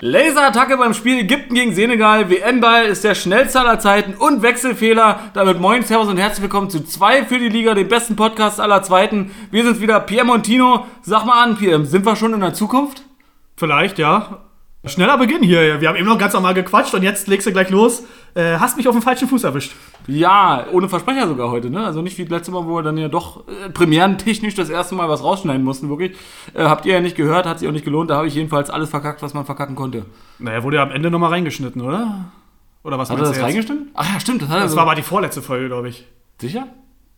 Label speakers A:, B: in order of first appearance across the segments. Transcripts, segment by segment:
A: Laserattacke beim Spiel Ägypten gegen Senegal. WM-Ball ist der schnellste aller Zeiten und Wechselfehler. Damit moin, servus und herzlich willkommen zu 2 für die Liga, dem besten Podcast aller Zweiten. Wir sind wieder Pierre Montino. Sag mal an, Pierre, sind wir schon in der Zukunft?
B: Vielleicht, ja. Schneller Beginn hier. Wir haben eben noch ganz normal gequatscht und jetzt legst du gleich los. Äh, hast mich auf den falschen Fuß erwischt.
A: Ja, ohne Versprecher sogar heute, ne? Also nicht wie das letzte Mal, wo wir dann ja doch äh, premierentechnisch das erste Mal was rausschneiden mussten, wirklich. Äh, habt ihr ja nicht gehört, hat sich auch nicht gelohnt. Da habe ich jedenfalls alles verkackt, was man verkacken konnte.
B: Naja, wurde ja am Ende nochmal reingeschnitten, oder? Oder was
A: Hat er
B: meinst
A: das
B: du jetzt?
A: reingestimmt? Ach ja, stimmt, das hat er
B: Das war aber die vorletzte Folge, glaube ich.
A: Sicher?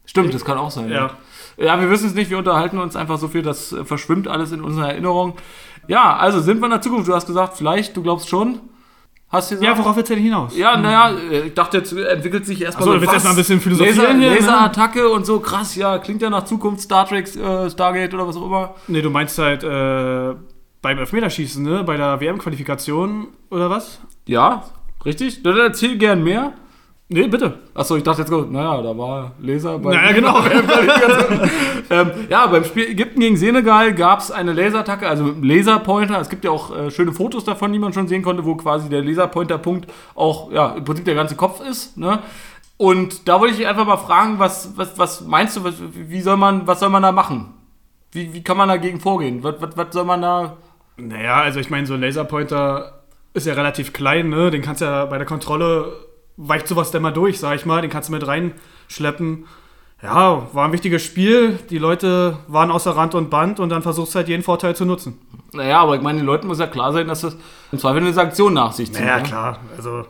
A: Stimmt, das kann auch sein.
B: Ja.
A: Ja, wir wissen es nicht, wir unterhalten uns einfach so viel, das äh, verschwimmt alles in unserer Erinnerung. Ja, also sind wir in der Zukunft. Du hast gesagt, vielleicht, du glaubst schon. Hast du
B: Ja,
A: gesagt?
B: worauf willst du denn hinaus?
A: Ja, naja, äh, ich dachte, jetzt entwickelt sich erstmal
B: Ach so, du willst
A: was?
B: erst mal ein bisschen philosophieren
A: Laser,
B: hier, ne?
A: Laserattacke und so, krass, ja, klingt ja nach Zukunft, Star Trek, äh, Stargate oder was auch immer.
B: Nee, du meinst halt äh, beim Elfmeterschießen, ne? Bei der WM-Qualifikation oder was?
A: Ja, richtig. Dann erzähl gern mehr.
B: Nee, bitte.
A: Achso, ich dachte jetzt, gut, naja, da war Laser bei.
B: Naja, genau.
A: ähm, ja, beim Spiel Ägypten gegen Senegal gab es eine Laserattacke, also mit einem Laserpointer. Es gibt ja auch äh, schöne Fotos davon, die man schon sehen konnte, wo quasi der Laserpointerpunkt auch ja, im Prinzip der ganze Kopf ist. Ne? Und da wollte ich dich einfach mal fragen, was, was, was meinst du, was, wie soll man, was soll man da machen? Wie, wie kann man dagegen vorgehen? Was, was, was soll man da.
B: Naja, also ich meine, so ein Laserpointer ist ja relativ klein, ne? Den kannst du ja bei der Kontrolle, weicht sowas denn mal durch, sag ich mal. Den kannst du mit reinschleppen. Ja, war ein wichtiges Spiel. Die Leute waren außer Rand und Band und dann versuchst du halt jeden Vorteil zu nutzen.
A: Naja, aber ich meine, den Leuten muss ja klar sein, dass das im Zweifel eine Sanktion nach sich zieht. ne?
B: klar. Also,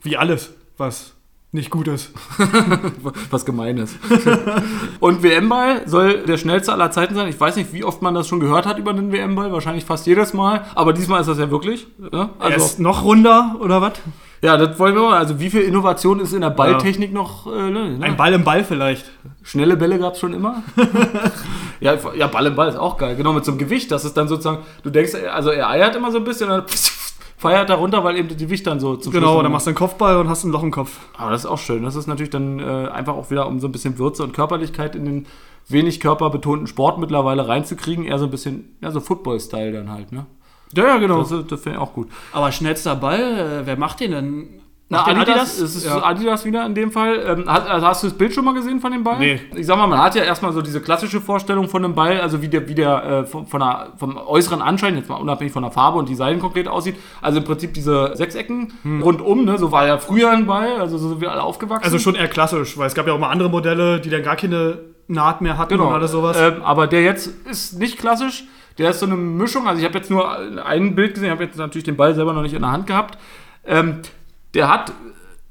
B: wie alles, was nicht gut ist.
A: was Gemeines. Und WM-Ball soll der schnellste aller Zeiten sein. Ich weiß nicht, wie oft man das schon gehört hat über den WM-Ball. Wahrscheinlich fast jedes Mal. Aber diesmal ist das ja wirklich. Ne?
B: Er
A: Also,
B: ist noch runder oder was?
A: ja, das wollen wir mal. Also, wie viel Innovation ist in der Balltechnik noch? Äh,
B: Ein
A: ne?
B: Ball im Ball vielleicht.
A: Schnelle Bälle gab es schon immer. ja, ja, Ball im Ball ist auch geil. Genau, mit so einem Gewicht. Das ist dann sozusagen, du denkst, also er eiert immer so ein bisschen und dann feiert er runter, weil eben das Gewicht dann so zum
B: Genau,
A: Schluss-
B: dann machst du einen Kopfball und hast ein Loch im Kopf.
A: Aber das ist auch schön. Das ist natürlich dann äh, einfach auch wieder, um so ein bisschen Würze und Körperlichkeit in den wenig körperbetonten Sport mittlerweile reinzukriegen. Eher so ein bisschen, ja, so Football-Style dann halt, ne?
B: Ja, ja, genau.
A: Das, ist- das finde ich auch gut.
C: Aber schnellster Ball, äh, wer macht den denn?
A: Na,
C: Macht den
A: Adidas, es ist
C: Ja.
A: Adidas wieder in dem Fall. Ähm, hast, also hast du das Bild schon mal gesehen von dem Ball?
B: Nee.
A: Ich sag mal, man hat ja erstmal so diese klassische Vorstellung von dem Ball, also wie der, wie der äh, von, von der, vom äußeren Anschein, jetzt mal unabhängig von der Farbe und Design konkret aussieht. Also im Prinzip diese Sechsecken rundum, ne? So war ja früher ein Ball, also so sind wir alle aufgewachsen.
B: Also schon eher klassisch, weil es gab ja auch mal andere Modelle, die dann gar keine Naht mehr hatten
A: Genau.
B: und alles sowas.
A: Ähm, aber der jetzt ist nicht klassisch. Der ist so eine Mischung. Also ich habe jetzt nur ein Bild gesehen. Ich habe jetzt natürlich den Ball selber noch nicht in der Hand gehabt. Ähm, der hat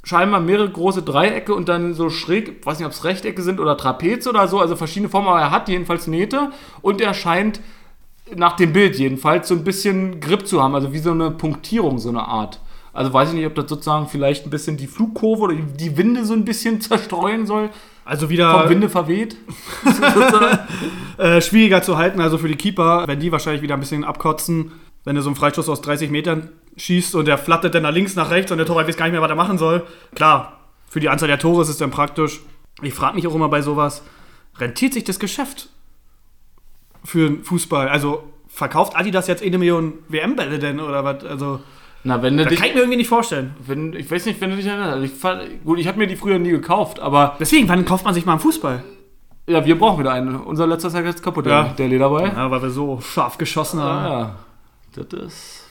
A: scheinbar mehrere große Dreiecke und dann so schräg, weiß nicht, ob es Rechtecke sind oder Trapez oder so, also verschiedene Formen, aber er hat jedenfalls Nähte und er scheint nach dem Bild jedenfalls so ein bisschen Grip zu haben, also wie so eine Punktierung, so eine Art. Also weiß ich nicht, ob das sozusagen vielleicht ein bisschen die Flugkurve oder die Winde so ein bisschen zerstreuen soll,
B: also
A: vom
B: wieder
A: Winde verweht. sozusagen.
B: äh, schwieriger zu halten, also für die Keeper, wenn die wahrscheinlich wieder ein bisschen abkotzen, wenn du so einen Freistoß aus 30 Metern schießt und der flattert dann nach links, nach rechts und der Torwart weiß gar nicht mehr, was er machen soll. Klar, für die Anzahl der Tore ist es dann praktisch. Ich frage mich auch immer bei sowas, rentiert sich das Geschäft für den Fußball? Also verkauft Adidas jetzt eh eine Million WM-Bälle denn oder was? Also,
A: Na, wenn du
B: das kann
A: dich,
B: ich mir irgendwie nicht vorstellen.
A: wenn, ich weiß nicht, wenn du dich erinnerst. Also ich fand, gut, ich habe mir die früher nie gekauft, aber
B: Deswegen, wann kauft man sich mal einen Fußball?
A: ja, wir brauchen wieder einen. Unser letzter ist ja jetzt kaputt,
B: Ja.
A: der- der Lederball.
B: Ja, weil wir so scharf geschossen
A: Ah,
B: haben.
A: ja. Das ist.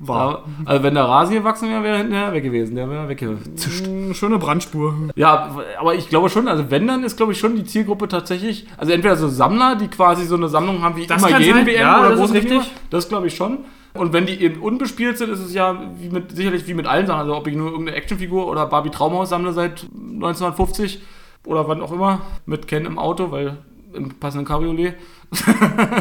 B: War
A: Also, wenn der Rasen gewachsen wäre, wäre er hinterher weg gewesen. Der wäre weggezischt.
B: eine schöne Brandspur.
A: Ja, aber ich glaube schon, also wenn, dann ist, glaube ich, schon die Zielgruppe tatsächlich, also entweder so Sammler, die quasi so eine Sammlung haben wie
B: Das
A: immer
B: kann
A: jeden
B: sein.
A: WM
B: Ja,
A: oder
B: das ist
A: großen
B: richtig.
A: Turnier. Das glaube ich schon. Und wenn die eben unbespielt sind, ist es ja wie mit, sicherlich wie mit allen Sachen. Also ob ihr nur irgendeine Actionfigur oder Barbie Traumhaus sammle seit 1950 oder wann auch immer, mit Ken im Auto, weil im passenden Cabriolet.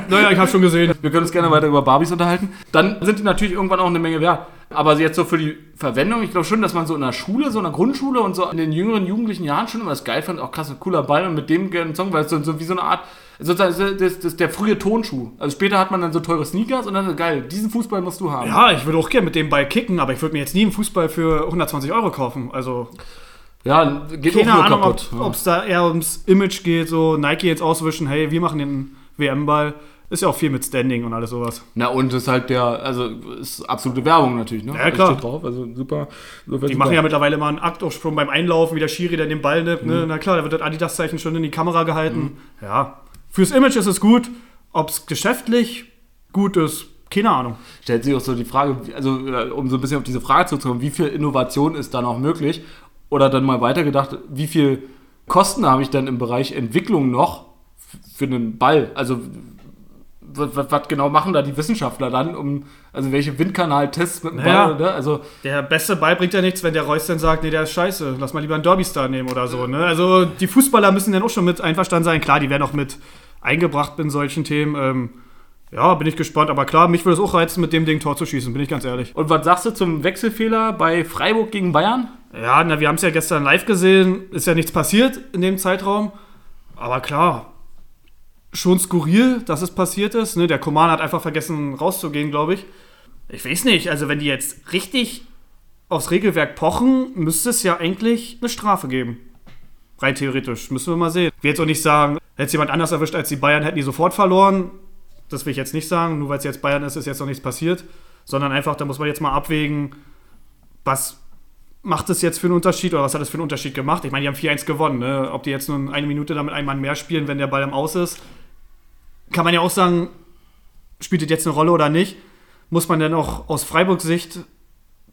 B: Naja, ich habe schon gesehen.
A: Wir können uns gerne weiter über Barbies unterhalten. Dann sind die natürlich irgendwann auch eine Menge wert. Aber jetzt so für die Verwendung, ich glaube schon, dass man so in der Schule, so in der Grundschule und so in den jüngeren jugendlichen Jahren schon immer das geil fand, auch krass, ein cooler Ball und mit dem gerne einen Song, weil es so, so wie so eine Art, sozusagen das, das, das der frühe Tonschuh. Also später hat man dann so teure Sneakers und dann so, geil, diesen Fußball musst du haben.
B: Ja, ich würde auch gerne mit dem Ball kicken, aber ich würde mir jetzt nie einen Fußball für 120 Euro kaufen. Also,
A: Ja, geht
B: keine
A: auch nur
B: Ahnung,
A: kaputt.
B: ob es da eher ums Image geht, so Nike jetzt auswischen, hey, wir machen den WM-Ball. Ist ja auch viel mit Standing und alles sowas.
A: Na und ist halt der, also ist absolute Werbung natürlich, ne?
B: Ja, klar.
A: Steht drauf, also super. super
B: Die machen ja mittlerweile mal einen Aktaufsprung beim Einlaufen, wie der Schiri, der den Ball nimmt.
A: Mhm.
B: Ne? Na klar, da wird das Adidas-Zeichen schon in die Kamera gehalten. Ja. Fürs Image ist es gut. Ob es geschäftlich gut ist, keine Ahnung.
A: stellt sich auch so die Frage, wie- also äh, um so ein bisschen auf diese Frage zurückzukommen, wie viel Innovation ist da noch möglich? Oder dann mal weitergedacht, wie viel Kosten habe ich dann im Bereich Entwicklung noch f- für einen Ball? Also was genau machen da die Wissenschaftler dann, um also welche Windkanaltests mit dem
B: Naja.
A: Ball, ne? Also
B: Der beste Ball bringt ja nichts, wenn der Reus dann sagt, nee, der ist scheiße, lass mal lieber einen Derby-Star nehmen oder so. Ne? Also die Fußballer müssen dann auch schon mit einverstanden sein. Klar, die werden auch mit eingebracht in solchen Themen. Ähm, ja, bin ich gespannt. Aber klar, mich würde es auch reizen, mit dem Ding Tor zu schießen, bin ich ganz ehrlich.
A: und was sagst du zum Wechselfehler bei Freiburg gegen Bayern?
B: Ja, na, wir haben es ja gestern live gesehen, ist ja nichts passiert in dem Zeitraum. Aber klar, schon skurril, dass es passiert ist. Ne? Der Koman hat einfach vergessen rauszugehen, glaube ich. Ich weiß nicht, also wenn die jetzt richtig aufs Regelwerk pochen, müsste es ja eigentlich eine Strafe geben. Rein theoretisch, müssen wir mal sehen. Ich will jetzt auch nicht sagen, hätte es jemand anders erwischt als die Bayern, hätten die sofort verloren. Das will ich jetzt nicht sagen, nur weil es jetzt Bayern ist, ist jetzt noch nichts passiert. Sondern einfach, da muss man jetzt mal abwägen, was macht es jetzt für einen Unterschied oder was hat es für einen Unterschied gemacht? Ich meine, die haben 4-1 gewonnen. Ne? Ob die jetzt nun eine Minute damit einen Mann mehr spielen, wenn der Ball im Aus ist, kann man ja auch sagen, spielt das jetzt eine Rolle oder nicht? Muss man dann auch aus Freiburgs Sicht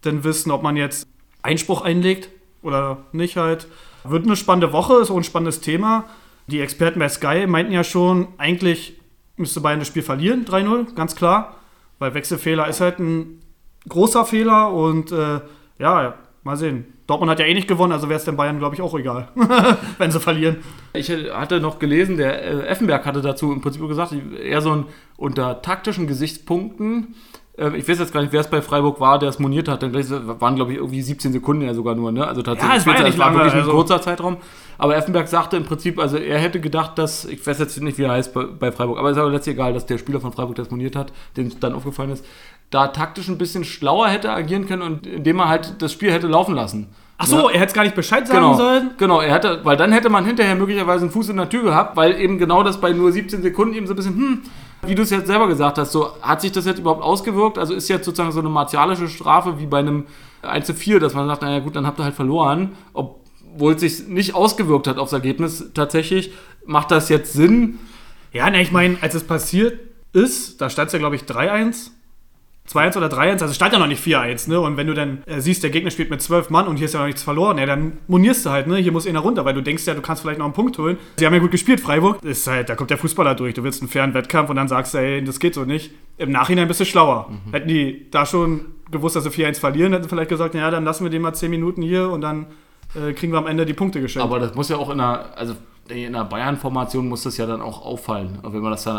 B: denn wissen, ob man jetzt Einspruch einlegt oder nicht halt? Wird eine spannende Woche, ist auch ein spannendes Thema. Die Experten bei Sky meinten ja schon, eigentlich müsste Bayern das Spiel verlieren, 3-0, ganz klar. Weil Wechselfehler ist halt ein großer Fehler und äh, ja, mal sehen. Dortmund hat ja eh nicht gewonnen, also wäre es den Bayern, glaube ich, auch egal, wenn sie verlieren.
A: Ich hatte noch gelesen, der äh, Effenberg hatte dazu im Prinzip gesagt, eher so ein unter taktischen Gesichtspunkten. äh, Ich weiß jetzt gar nicht, wer es bei Freiburg war, der es moniert hat. Dann gleich waren, glaube ich, irgendwie 17 Sekunden ja sogar nur. Ne? Also tatsächlich,
B: Ja, es war ja
A: es
B: nicht lange,
A: wirklich ein
B: also-
A: kurzer Zeitraum. Aber Effenberg sagte im Prinzip, also er hätte gedacht, dass, ich weiß jetzt nicht, wie er heißt bei, bei Freiburg, aber es ist aber letztlich egal, dass der Spieler von Freiburg das moniert hat, dem es dann aufgefallen ist, da taktisch ein bisschen schlauer hätte agieren können und indem er halt das Spiel hätte laufen lassen.
B: Ach so, er hätte es gar nicht Bescheid sagen
A: Genau,
B: sollen.
A: genau er hätte, weil dann hätte man hinterher möglicherweise einen Fuß in der Tür gehabt, weil eben genau das bei nur 17 Sekunden eben so ein bisschen, hm, wie du es jetzt selber gesagt hast, so hat sich das jetzt überhaupt ausgewirkt? Also ist jetzt sozusagen so eine martialische Strafe wie bei einem 1 zu 4, dass man sagt, naja gut, dann habt ihr halt verloren, obwohl es sich nicht ausgewirkt hat aufs Ergebnis tatsächlich. Macht das jetzt Sinn?
B: Ja, ne, ich meine, als es passiert ist, da stand es ja, glaube ich, 3-1. 2-1 oder 3-1, also stand ja noch nicht 4-1, ne? Und wenn du dann äh, siehst, der Gegner spielt mit 12 Mann und hier ist ja noch nichts verloren, ja, dann monierst du halt, ne? Hier muss einer runter, weil du denkst ja, du kannst vielleicht noch einen Punkt holen. Sie haben ja gut gespielt, Freiburg. Ist halt, da kommt der Fußballer durch. Du willst einen fairen Wettkampf und dann sagst du, ey, das geht so nicht. Im Nachhinein bist du schlauer. Hätten die da schon gewusst, dass sie 4-1 verlieren, hätten sie vielleicht gesagt, naja, dann lassen wir den mal 10 Minuten hier und dann äh, kriegen wir am Ende die Punkte geschenkt.
A: Aber das muss ja auch in einer, also in einer Bayern-Formation muss das ja dann auch auffallen, wenn man das dann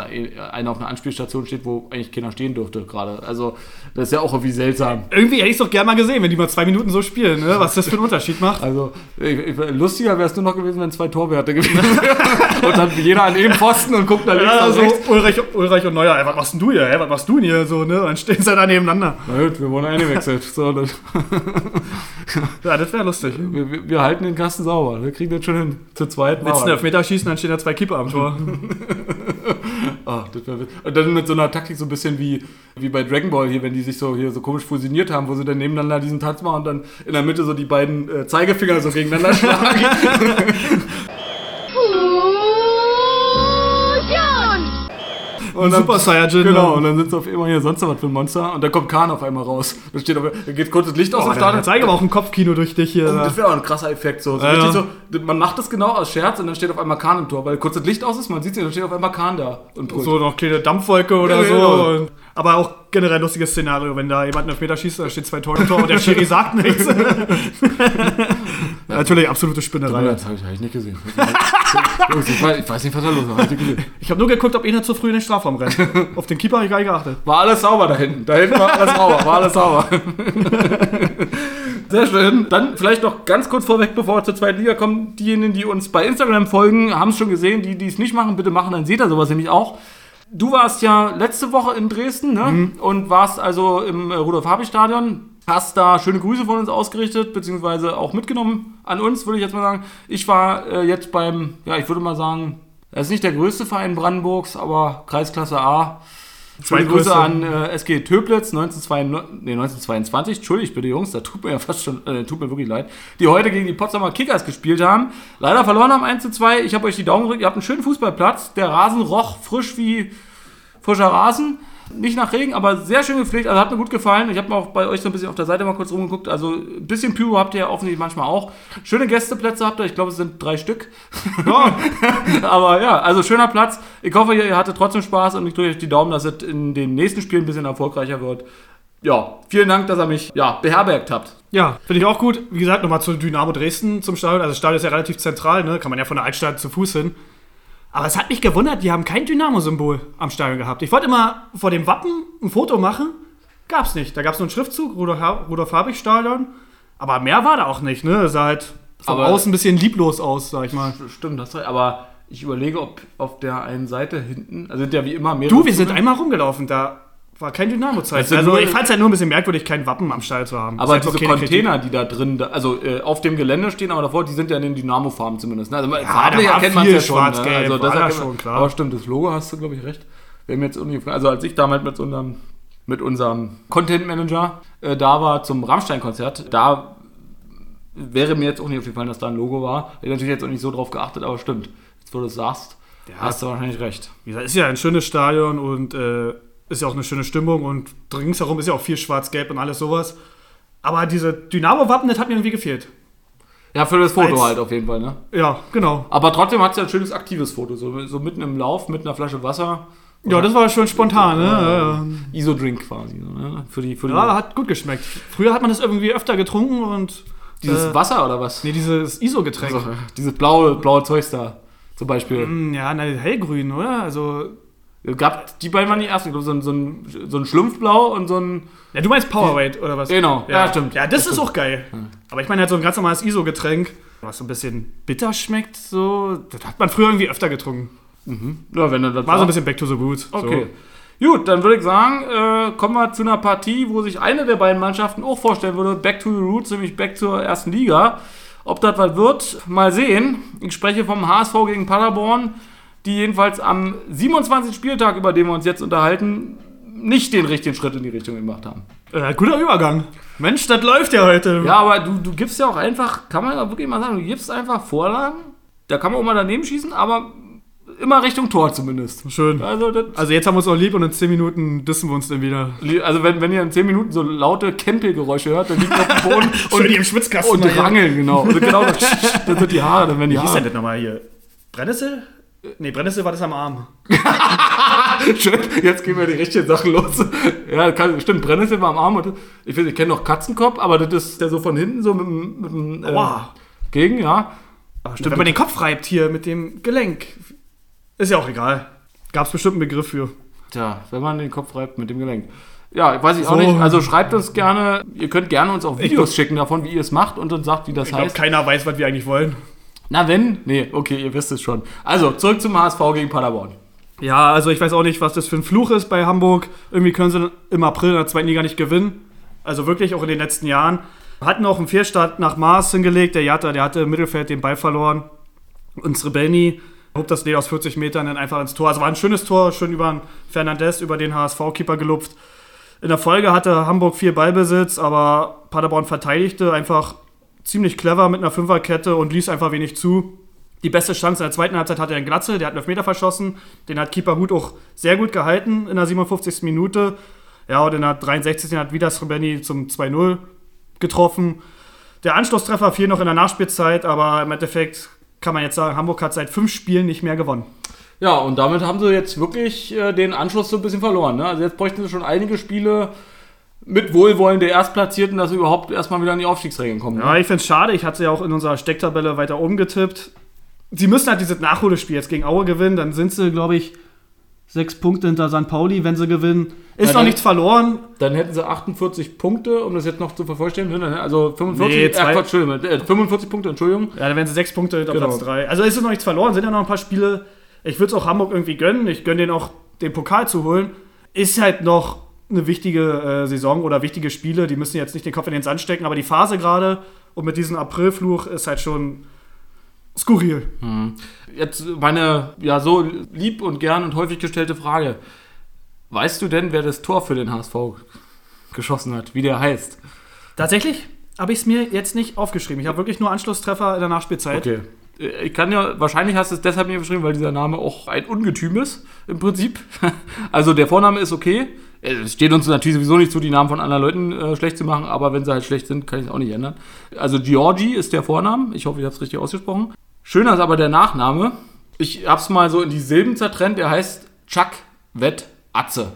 A: einer auf einer Anspielstation steht, wo eigentlich keiner stehen dürfte gerade. Also das ist ja auch irgendwie seltsam.
B: Irgendwie hätte ich es doch gerne mal gesehen, wenn die mal zwei Minuten so spielen, ne? was das für einen Unterschied macht.
A: Also, ich, ich, lustiger wäre es nur noch gewesen, wenn zwei Torwerte gewesen wären. und dann jeder an jedem Pfosten und guckt dann links
B: Ja,
A: nach
B: so
A: rechts.
B: Ulreich, Ulreich und Neuer, ey, was machst denn du hier, ey, was machst du denn hier, so, ne, und dann stehen sie da nebeneinander.
A: Na gut, wir wurden eingewechselt. So, das,
B: Ja, das wäre lustig.
A: wir, wir- wir halten den Kasten sauber. Wir kriegen den schon hin. Zu zweit
B: Willst du einen
A: machen wir.
B: Elfmeter schießen, dann stehen da zwei Keeper am Tor.
A: Ah, das wär witzig. Und dann mit so einer Taktik so ein bisschen wie, wie bei Dragon Ball hier, wenn die sich so hier so komisch fusioniert haben, wo sie dann nebeneinander diesen Tanz machen und dann in der Mitte so die beiden äh, Zeigefinger so gegeneinander schlagen.
D: Fusion!
B: Und Super Saiyajin. ne?
A: genau, und dann sind sie auf immer hier sonst noch was für ein Monster und dann kommt Kahn auf einmal raus. Da steht auf, da geht kurz das Licht aus
B: Oh,
A: auf
B: dann, dann zeige aber auch ein Kopfkino durch dich hier. ne?
A: Das wäre auch ein krasser Effekt. So. So
B: Ja,
A: richtig
B: ja.
A: so, man macht das genau aus Scherz und dann steht auf einmal Kahn im Tor, weil kurz das Licht aus ist, man sieht sie, dann steht auf einmal Kahn da. Und brüllt.
B: So noch kleine Dampfwolke oder
A: Ja,
B: so.
A: genau.
B: Und, aber auch generell ein lustiges Szenario, wenn da jemand einen Elfmeter schießt, da stehen zwei Tore am Tor und der Schiri sagt nichts. Natürlich absolute Spinnerei.
A: das habe ich, hab ich nicht gesehen. Jungs, ich, weiß, ich weiß nicht, was da los war. Hab ich nicht gesehen.
B: Ich habe nur geguckt, ob einer zu früh in den Strafraum rennt. Auf den Keeper habe ich gar nicht geachtet.
A: War alles sauber da hinten. Da hinten war alles sauber. War alles sauber. Sehr schön. Dann vielleicht noch ganz kurz vorweg, bevor wir zur zweiten Liga kommen. Diejenigen, die uns bei Instagram folgen, haben es schon gesehen. Die, die es nicht machen, bitte machen, dann seht ihr sowas nämlich auch. Du warst ja letzte Woche in Dresden ne? und warst also im äh, Rudolf-Habich-Stadion. Hast da schöne Grüße von uns ausgerichtet, beziehungsweise auch mitgenommen an uns, würde ich jetzt mal sagen. Ich war äh, jetzt beim, ja, ich würde mal sagen, Das ist nicht der größte Verein Brandenburgs, aber Kreisklasse A. Schöne
B: Zweitgrößte.
A: Grüße an äh, SG Töplitz 1922, nee, 1922. Entschuldigt bitte, Jungs, da tut mir ja fast schon, äh, tut mir wirklich leid, die heute gegen die Potsdamer Kickers gespielt haben. Leider verloren haben 1 zu 2. Ich habe euch die Daumen gedrückt. Ihr habt einen schönen Fußballplatz. Der Rasen roch frisch wie frischer Rasen. Nicht nach Regen, aber sehr schön gepflegt. Also hat mir gut gefallen. Ich habe mir auch bei euch so ein bisschen auf der Seite mal kurz rumgeguckt. Also ein bisschen Pyro habt ihr ja offensichtlich manchmal auch. Schöne Gästeplätze habt ihr. Ich glaube, es sind drei Stück. aber ja, also schöner Platz. Ich hoffe, ihr hattet trotzdem Spaß und ich drücke euch die Daumen, dass es in den nächsten Spielen ein bisschen erfolgreicher wird. Ja, vielen Dank, dass ihr mich ja, beherbergt habt.
B: Ja, finde ich auch gut. Wie gesagt, nochmal zu Dynamo Dresden zum Stadion. Also, das Stadion ist ja relativ zentral, ne? Kann man ja von der Altstadt zu Fuß hin. Aber es hat mich gewundert, die haben kein Dynamo-Symbol am Stadion gehabt. Ich wollte immer vor dem Wappen ein Foto machen. Gab's nicht. Da gab's nur einen Schriftzug, Rudolf Ha- Rudolf-Habich-Stadion. Aber mehr war da auch nicht, ne? Sah halt von
A: Aber-
B: außen ein bisschen lieblos aus, sag ich mal.
A: Stimmt, hast recht. Aber ich überlege, ob auf der einen Seite hinten, also sind ja wie immer mehrere.
B: Du, wir sind einmal rumgelaufen, da war kein Dynamo-Zeichen.
A: Also
B: Also,
A: nur-
B: ich fand's ja nur ein bisschen merkwürdig, kein Wappen am Stadion zu haben.
A: Aber
B: Ist jetzt
A: diese
B: okay, eine Kritik.
A: Container, die da drin, da- also äh, auf dem Gelände stehen, aber davor, die sind ja in den Dynamo-Farben zumindest. Ne? Also ja,
B: da war
A: man's
B: viel schwarz-gelb,
A: Also
B: war
A: das
B: da
A: erkennt
B: schon,
A: man-
B: klar.
A: Aber stimmt, das Logo hast du, glaube ich, recht. Wir haben jetzt irgendwie, gefragt- also als ich damals mit unserem, mit unserem Content-Manager äh, da war zum Rammstein-Konzert, da wäre mir jetzt auch nicht aufgefallen, dass da ein Logo war. Ich natürlich jetzt auch nicht so drauf geachtet, aber stimmt. Jetzt, wo du es sagst, hast du wahrscheinlich recht.
B: Wie gesagt, ist ja ein schönes Stadion und äh, ist ja auch eine schöne Stimmung und ringsherum ist ja auch viel Schwarz-Gelb und alles sowas. Aber diese Dynamo-Wappen, das hat mir irgendwie gefehlt.
A: Ja, für das Foto
B: Als-
A: halt auf jeden Fall, ne?
B: Ja, genau.
A: Aber trotzdem hat es ja ein schönes aktives Foto, so, so mitten im Lauf, mit einer Flasche Wasser.
B: Ja, das war schon spontan, ne? Ja,
A: ISO-Drink quasi. so, Ne? Für die, für die
B: Ja, Ja, hat gut geschmeckt. Früher hat man das irgendwie öfter getrunken und.
A: dieses
B: äh,
A: Wasser oder was?
B: Nee, dieses ISO-Getränk.
A: Also, dieses blaue, blaue Zeugs da zum Beispiel.
B: Hm, Ja, na, hellgrün, oder? Also.
A: Gab, die beiden waren die ersten. Ich glaube, so ein, so, ein, so ein Schlumpfblau und so ein.
B: Ja, du meinst Powerade oder was?
A: Genau,
B: Ja,
A: ja, stimmt.
B: Ja, das, ist auch geil. Aber ich meine halt so ein ganz normales ISO-Getränk, was so ein bisschen bitter schmeckt, so. Das hat man früher irgendwie öfter getrunken.
A: Ja, wenn du das
B: War so ein bisschen back to the roots.
A: Okay. Gut, dann würde ich sagen, äh, kommen wir zu einer Partie, wo sich eine der beiden Mannschaften auch vorstellen würde. Back to the Roots, nämlich back zur ersten Liga. Ob das was wird, mal sehen. Ich spreche vom HSV gegen Paderborn, die jedenfalls am 27. Spieltag, über den wir uns jetzt unterhalten, nicht den richtigen Schritt in die Richtung gemacht haben.
B: So. Äh, guter Übergang. Mensch, das läuft ja heute.
A: Ja, aber du, du gibst ja auch einfach, kann man ja wirklich mal sagen, du gibst einfach Vorlagen. Da kann man auch mal daneben schießen, aber immer Richtung Tor zumindest.
B: Schön.
A: Also, das
B: Also jetzt haben wir uns auch lieb und in 10 Minuten dissen wir uns dann wieder.
A: Also wenn, wenn ihr in 10 Minuten so laute Kempelgeräusche hört, dann liegt ihr auf dem Boden
B: Schön die im
A: und,
B: Schwitzkasten.
A: und rangeln, genau. Also genau das, das sind die Haare, dann werden die
B: Wie ist denn
A: Haare.
B: das nochmal hier? Brennnessel? Äh, Nee, Brennnessel war das am Arm.
A: Schön, jetzt gehen wir die richtigen Sachen los. Ja, kann, stimmt, Brennnessel war am Arm. Und, ich weiß, ich kenne noch Katzenkopf, aber das ist der so von hinten so mit, dem- mit dem äh,
B: Wow.
A: Gegen, ja.
B: Aber Ähm, ah, stimmt, wenn man den Kopf reibt hier mit dem Gelenk. Ist ja auch egal. Gab's bestimmt einen Begriff für.
A: Tja, wenn man den Kopf reibt mit dem Gelenk. Ja, weiß ich auch
B: So.
A: nicht. Also schreibt uns gerne, ihr könnt gerne uns auch Videos schicken davon, wie ihr es macht und uns sagt, wie das
B: Ich glaube,
A: heißt.
B: keiner weiß, was wir eigentlich wollen.
A: Na wenn? Nee, okay, ihr wisst es schon. Also, zurück zum HSV gegen Paderborn.
B: Ja, also ich weiß auch nicht, was das für ein Fluch ist bei Hamburg. Irgendwie können sie im April in der zweiten Liga nicht gewinnen. Also wirklich auch in den letzten Jahren. Hatten auch einen Fehlstart nach Mars hingelegt. Der Jatta, der hatte im Mittelfeld den Ball verloren. Und Srebelny hob das Ding aus 40 Metern dann einfach ins Tor. Also war ein schönes Tor, schön über den Fernandes, über den HSV-Keeper gelupft. In der Folge hatte Hamburg viel Ballbesitz, aber Paderborn verteidigte einfach ziemlich clever mit einer Fünferkette und ließ einfach wenig zu. Die beste Chance in der zweiten Halbzeit hatte dann Glatze, der hat einen Elfmeter verschossen. Den hat Keeper Hut auch sehr gut gehalten in der 57. Minute. Ja, und in der 63. hat wieder Srebeni zum 2-0 getroffen. Der Anschlusstreffer fiel noch in der Nachspielzeit, aber im Endeffekt kann man jetzt sagen, Hamburg hat seit fünf Spielen nicht mehr gewonnen.
A: Ja, und damit haben sie jetzt wirklich äh, den Anschluss so ein bisschen verloren. Ne? Also jetzt bräuchten sie schon einige Spiele mit Wohlwollen der Erstplatzierten, dass sie überhaupt erstmal wieder in die Aufstiegsregeln kommen. Ne?
B: Ja, ich finde es schade. Ich hatte sie ja auch in unserer Stecktabelle weiter oben getippt. Sie müssen halt dieses Nachholespiel jetzt gegen Aue gewinnen. Dann sind sie, glaube ich, sechs Punkte hinter St. Pauli, wenn sie gewinnen. Ist
A: Na,
B: noch
A: dann-
B: nichts verloren.
A: Dann hätten sie 48 Punkte, um das jetzt noch zu vervollständigen. ne? Also 45,
B: Nee,
A: äh,
B: zwei-
A: Quatsch, Entschuldigung, äh, 45 Punkte, Entschuldigung.
B: Ja, dann wären sie sechs Punkte hinter
A: Genau.
B: Platz drei. Also ist es noch nichts verloren, sind ja noch ein paar Spiele. Ich würde es auch Hamburg irgendwie gönnen. Ich gönne denen auch den Pokal zu holen. Ist halt noch eine wichtige äh, Saison oder wichtige Spiele. Die müssen jetzt nicht den Kopf in den Sand stecken, aber die Phase gerade und mit diesem Aprilfluch ist halt schon Skurril.
A: Jetzt meine ja so lieb und gern und häufig gestellte Frage. Weißt du denn, wer das Tor für den HSV geschossen hat, wie der heißt?
B: Tatsächlich habe ich es mir jetzt nicht aufgeschrieben. Ich habe wirklich nur Anschlusstreffer in der Nachspielzeit.
A: Okay. Äh, Ich kann ja, wahrscheinlich hast du es deshalb mir geschrieben, weil dieser Name auch ein Ungetüm ist, im Prinzip. Also der Vorname ist okay. Äh, Es steht uns natürlich sowieso nicht zu, die Namen von anderen Leuten äh, schlecht zu machen, aber wenn sie halt schlecht sind, kann ich es auch nicht ändern. Also Georgi ist der Vorname. Ich hoffe, ich habe es richtig ausgesprochen. Schöner ist aber der Nachname. Ich habe es mal so in die Silben zertrennt. Er heißt Chuck Wett Atze.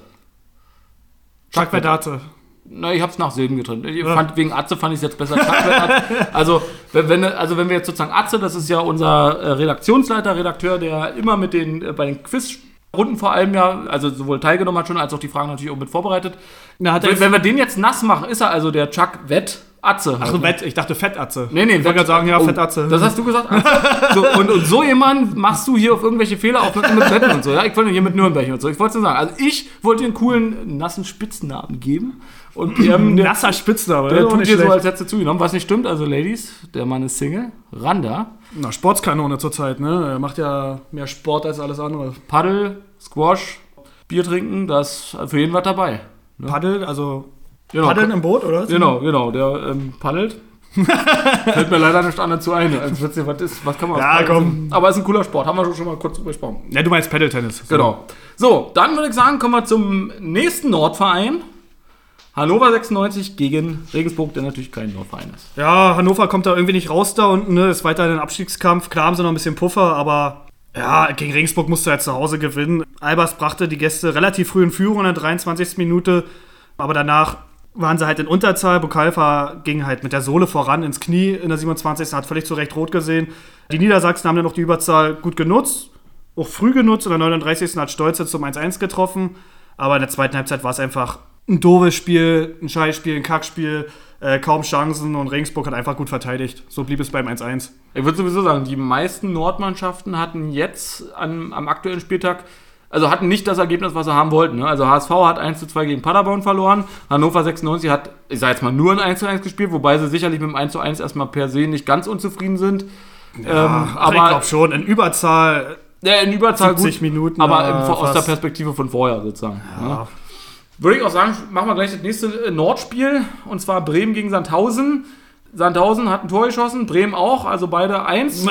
B: Chuck Verdate.
A: Na, ich hab's nach Silben getrennt. Ich
B: Ja.
A: fand, wegen Atze fand ich es jetzt besser. Chuck Wett hat- also, wenn, wenn, also, wenn wir jetzt sozusagen Atze, das ist ja unser äh, Redaktionsleiter, Redakteur, der immer mit den, äh, bei den Quizrunden vor allem ja, also sowohl teilgenommen hat schon, als auch die Fragen natürlich auch mit vorbereitet.
B: Na, hat
A: Wenn, wenn wir den jetzt nass machen, ist er also der Chuck Wett Atze. Halt.
B: Ach, Wett, ich dachte Fettatze.
A: Nee, nee,
B: ich wollte gerade sagen, ja,
A: oh,
B: Fettatze.
A: Das hast du gesagt. Atze? So, und, und so jemand machst du hier auf irgendwelche Fehler, auch mit, mit Wetten und so. Ja? Ich wollte hier mit Nürnberg und so. Ich wollte nur sagen, also ich wollte dir einen coolen, nassen Spitznamen geben. Und PM, der,
B: Nasser Spitzname.
A: der
B: Der
A: tut
B: nicht
A: dir so, als
B: schlecht.
A: hättest du zugenommen. Was nicht stimmt, also Ladies, der Mann ist Single. Randa,
B: Na, Sportskanone zurzeit, ne? Er macht ja mehr Sport als alles andere.
A: Paddel, Squash, Bier trinken, das ist für jeden was dabei.
B: Paddeln, also
A: Genau,
B: Paddeln im Boot, oder?
A: genau, genau, der ähm, paddelt. Fällt mir leider nicht anders zu ein. Also, wisst ihr, was, ist, was kann man aus
B: Ja,
A: Paddeln-
B: komm.
A: Aber ist ein cooler Sport, haben wir schon- schon mal kurz drüber gesprochen.
B: Ja, du meinst Paddeltennis.
A: Genau. So, dann würde ich sagen, kommen wir zum nächsten Nordverein. Hannover 96 gegen Regensburg, der natürlich kein Nordverein ist.
B: Ja, Hannover kommt da irgendwie nicht raus da unten, ne? Ist weiter in den Abstiegskampf. Klar haben sie noch ein bisschen Puffer, aber ja, gegen Regensburg musst du ja zu Hause gewinnen. Albers brachte die Gäste relativ früh in Führung in der 23. Minute, aber danach waren sie halt in Unterzahl. Bukalfa ging halt mit der Sohle voran ins Knie in der 27. hat völlig zu Recht rot gesehen. Die Niedersachsen haben dann noch die Überzahl gut genutzt, auch früh genutzt. In der 39. hat Stolze zum 1-1 getroffen. Aber in der zweiten Halbzeit war es einfach ein doofes Spiel, ein Scheißspiel, ein Kackspiel, äh, kaum Chancen und Regensburg hat einfach gut verteidigt. So blieb es beim 1-1.
A: Ich würde sowieso sagen, die meisten Nordmannschaften hatten jetzt an, am aktuellen Spieltag, also hatten nicht das Ergebnis, was sie haben wollten. Ne? Also HSV hat 1 zu 2 gegen Paderborn verloren, Hannover 96 hat, ich sage jetzt mal, nur ein 1 zu 1 gespielt, wobei sie sicherlich mit dem 1 zu 1 erstmal per se nicht ganz unzufrieden sind. ähm,
B: Ach, Ah, ich
A: aber
B: glaube schon, in Überzahl
A: ja, in Überzahl
B: 70
A: gut,
B: Minuten.
A: aber
B: äh,
A: im, aus der
B: fast.
A: Perspektive von vorher sozusagen. Ne?
B: ja.
A: Würde ich auch sagen, machen wir gleich das nächste äh, Nordspiel und zwar Bremen gegen Sandhausen. Sandhausen hat ein Tor geschossen, Bremen auch, also beide eins.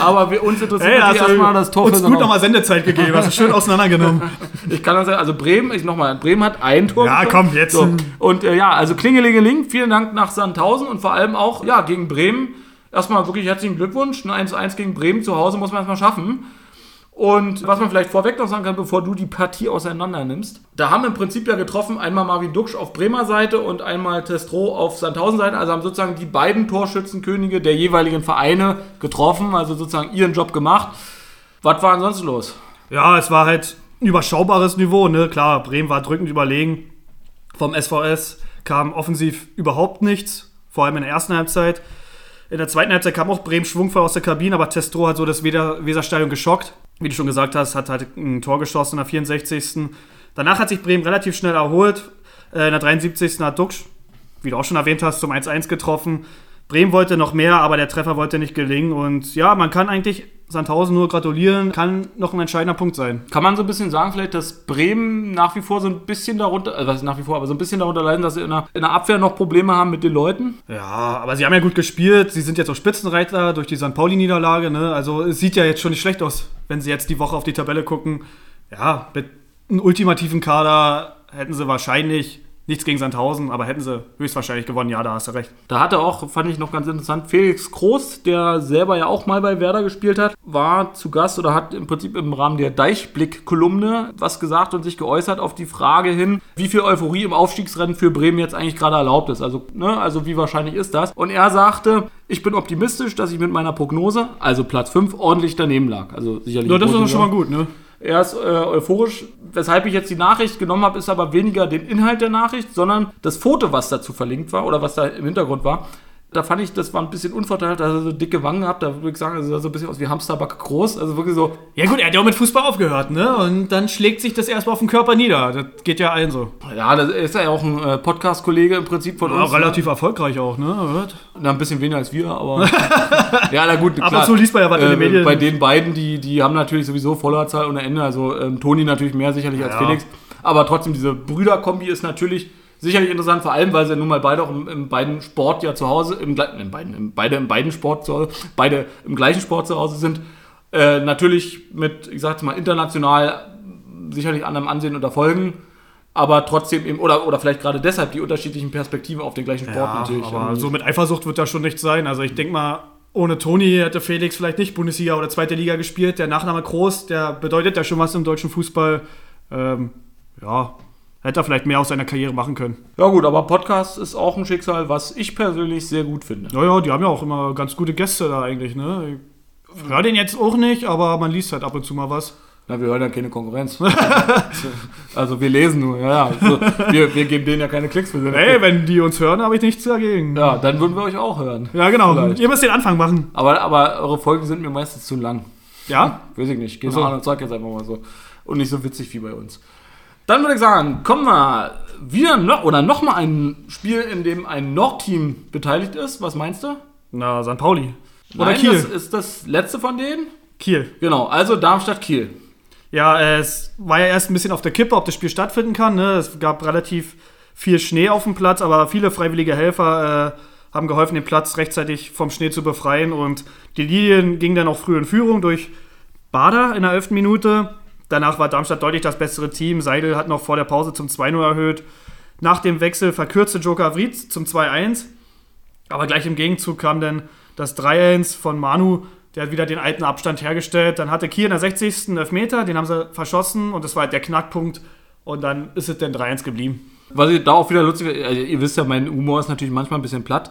A: Aber wir, uns interessiert
B: Ey, hast
A: natürlich
B: du
A: erstmal das Tor für
B: uns gut
A: Sandhausen.
B: nochmal Sendezeit gegeben, hast du schön auseinandergenommen.
A: Ich kann das ja, also Bremen, ich nochmal, Bremen hat ein Tor
B: Ja,
A: geschossen.
B: komm, jetzt.
A: So. Und äh, ja, also Klingelingeling, vielen Dank nach Sandhausen und vor allem auch ja, gegen Bremen. Erstmal wirklich herzlichen Glückwunsch. Ein 1-1 gegen Bremen zu Hause muss man erstmal schaffen. Und was man vielleicht vorweg noch sagen kann, bevor du die Partie auseinander nimmst, da haben im Prinzip ja getroffen einmal Marvin Duksch auf Bremer Seite und einmal Testro auf Sandhausen Seite. Also haben sozusagen die beiden Torschützenkönige der jeweiligen Vereine getroffen, also sozusagen ihren Job gemacht. Was war ansonsten los?
B: Ja, es war halt ein überschaubares Niveau, ne? Klar, Bremen war drückend überlegen. Vom SVS kam offensiv überhaupt nichts, vor allem in der ersten Halbzeit. In der zweiten Halbzeit kam auch Bremen schwungvoll aus der Kabine, aber Testro hat so das Weder- Weserstadion geschockt. Wie du schon gesagt hast, hat halt ein Tor geschossen in der 64. Danach hat sich Bremen relativ schnell erholt. Äh, In der 73. hat Duxch, wie du auch schon erwähnt hast, zum 1-1 getroffen. Bremen wollte noch mehr, aber der Treffer wollte nicht gelingen. Und ja, man kann eigentlich Sandhausen nur gratulieren, kann noch ein entscheidender Punkt sein.
A: Kann man so ein bisschen sagen, vielleicht, dass Bremen nach wie vor so ein bisschen darunter, also was heißt nach wie vor, aber so ein bisschen darunter leiden, dass sie in der, in der Abwehr noch Probleme haben mit den Leuten?
B: Ja, aber sie haben ja gut gespielt. Sie sind jetzt auch Spitzenreiter durch die St. Pauli-Niederlage. Ne? Also es sieht ja jetzt schon nicht schlecht aus, wenn sie jetzt die Woche auf die Tabelle gucken. Ja, mit einem ultimativen Kader hätten sie wahrscheinlich nichts gegen Sandhausen, aber hätten sie höchstwahrscheinlich gewonnen. Ja, da hast du recht.
A: Da hatte auch, fand ich noch ganz interessant, Felix Groß, der selber ja auch mal bei Werder gespielt hat, war zu Gast oder hat im Prinzip im Rahmen der Deichblick-Kolumne was gesagt und sich geäußert auf die Frage hin, wie viel Euphorie im Aufstiegsrennen für Bremen jetzt eigentlich gerade erlaubt ist. Also, ne, also wie wahrscheinlich ist das? Und er sagte, ich bin optimistisch, dass ich mit meiner Prognose, also Platz 5, ordentlich daneben lag. Also sicherlich.
B: Ja, das ist
A: große
B: doch schon mal gut, ne?
A: Er ist äh, euphorisch. Weshalb ich jetzt die Nachricht genommen habe, ist aber weniger den Inhalt der Nachricht, sondern das Foto, was dazu verlinkt war oder was da im Hintergrund war. Da fand ich, das war ein bisschen unverteilt, dass er so dicke Wangen gehabt, da würde ich sagen, er sah so ein bisschen aus wie Hamsterbacke groß, also wirklich so,
B: Ja gut, er hat ja auch mit Fußball aufgehört, ne? Und dann schlägt sich das erstmal auf den Körper nieder. Das geht ja allen so.
A: ja, das er ist ja auch ein äh, Podcast-Kollege im Prinzip von
B: Ja,
A: uns. ne?
B: relativ erfolgreich auch, ne? Hört?
A: Na, ein bisschen weniger als wir, aber. ja, na gut, klar.
B: Ab und zu liest man ja was in den
A: äh,
B: Medien.
A: Bei den beiden, die, die haben natürlich sowieso Vollerzahl ohne Ende. Also ähm, Toni natürlich mehr sicherlich als
B: Ja.
A: Felix. Aber trotzdem, diese Brüderkombi ist natürlich sicherlich interessant, vor allem, weil sie nun mal beide auch im, im beiden Sport ja zu Hause, im, gle- in beiden, im, beide im beiden Sport zu Hause, beide im gleichen Sport zu Hause sind. Äh, natürlich mit, ich sag's mal, international sicherlich anderem Ansehen und Erfolgen. Aber trotzdem eben, oder, oder vielleicht gerade deshalb die unterschiedlichen Perspektiven auf den gleichen Sport
B: Ja,
A: natürlich.
B: aber
A: ähm,
B: so mit Eifersucht wird da schon nichts sein. Also ich denke mal, ohne Toni hätte Felix vielleicht nicht Bundesliga oder zweite Liga gespielt. Der Nachname Groß, der bedeutet ja schon was im deutschen Fußball. Ähm, ja, hätte er vielleicht mehr aus seiner Karriere machen können.
A: Ja gut, aber Podcast ist auch ein Schicksal, was ich persönlich sehr gut finde.
B: Naja, die haben ja auch immer ganz gute Gäste da eigentlich, ne? Ich höre den jetzt auch nicht, aber man liest halt ab und zu mal was.
A: Na, wir hören ja keine Konkurrenz. also wir lesen nur, ja, ja. Also, wir, wir geben denen ja keine Klicks für sind.
B: Ey, wenn die uns hören, habe ich nichts dagegen.
A: Ja, dann würden wir euch auch hören.
B: Ja, genau.
A: Vielleicht.
B: Ihr müsst den Anfang machen.
A: Aber, aber eure Folgen sind mir meistens zu lang.
B: Ja?
A: Weiß ich nicht. Keine
B: Ach so.
A: Ahnung, sag jetzt einfach mal so. Und nicht so witzig wie bei uns. Dann würde ich sagen, kommen wir wieder noch oder nochmal ein Spiel, in dem ein Nordteam beteiligt ist. Was meinst du?
B: Na, St. Pauli. Oder
A: Nein,
B: Kiel.
A: das äh, ist das letzte von denen.
B: Kiel.
A: Genau, also Darmstadt-Kiel.
B: Ja, äh, es war ja erst ein bisschen auf der Kippe, ob das Spiel stattfinden kann. Ne? Es gab relativ viel Schnee auf dem Platz, aber viele freiwillige Helfer äh, haben geholfen, den Platz rechtzeitig vom Schnee zu befreien. Und die Lilien gingen dann auch früh in Führung durch Bader in der 11. Minute. Danach war Darmstadt deutlich das bessere Team. Seidel hat noch vor der Pause zum 2-0 erhöht. Nach dem Wechsel verkürzte Joker Vriez zum 2-1. Aber gleich im Gegenzug kam dann das 3-1 von Manu, der hat wieder den alten Abstand hergestellt. Dann hatte Kiel in der 60. einen Elfmeter, den haben sie verschossen und das war halt der Knackpunkt. Und dann ist es dann 3-1 geblieben.
A: Was ich da auch wieder lustig finde, also ihr wisst ja, mein Humor ist natürlich manchmal ein bisschen platt.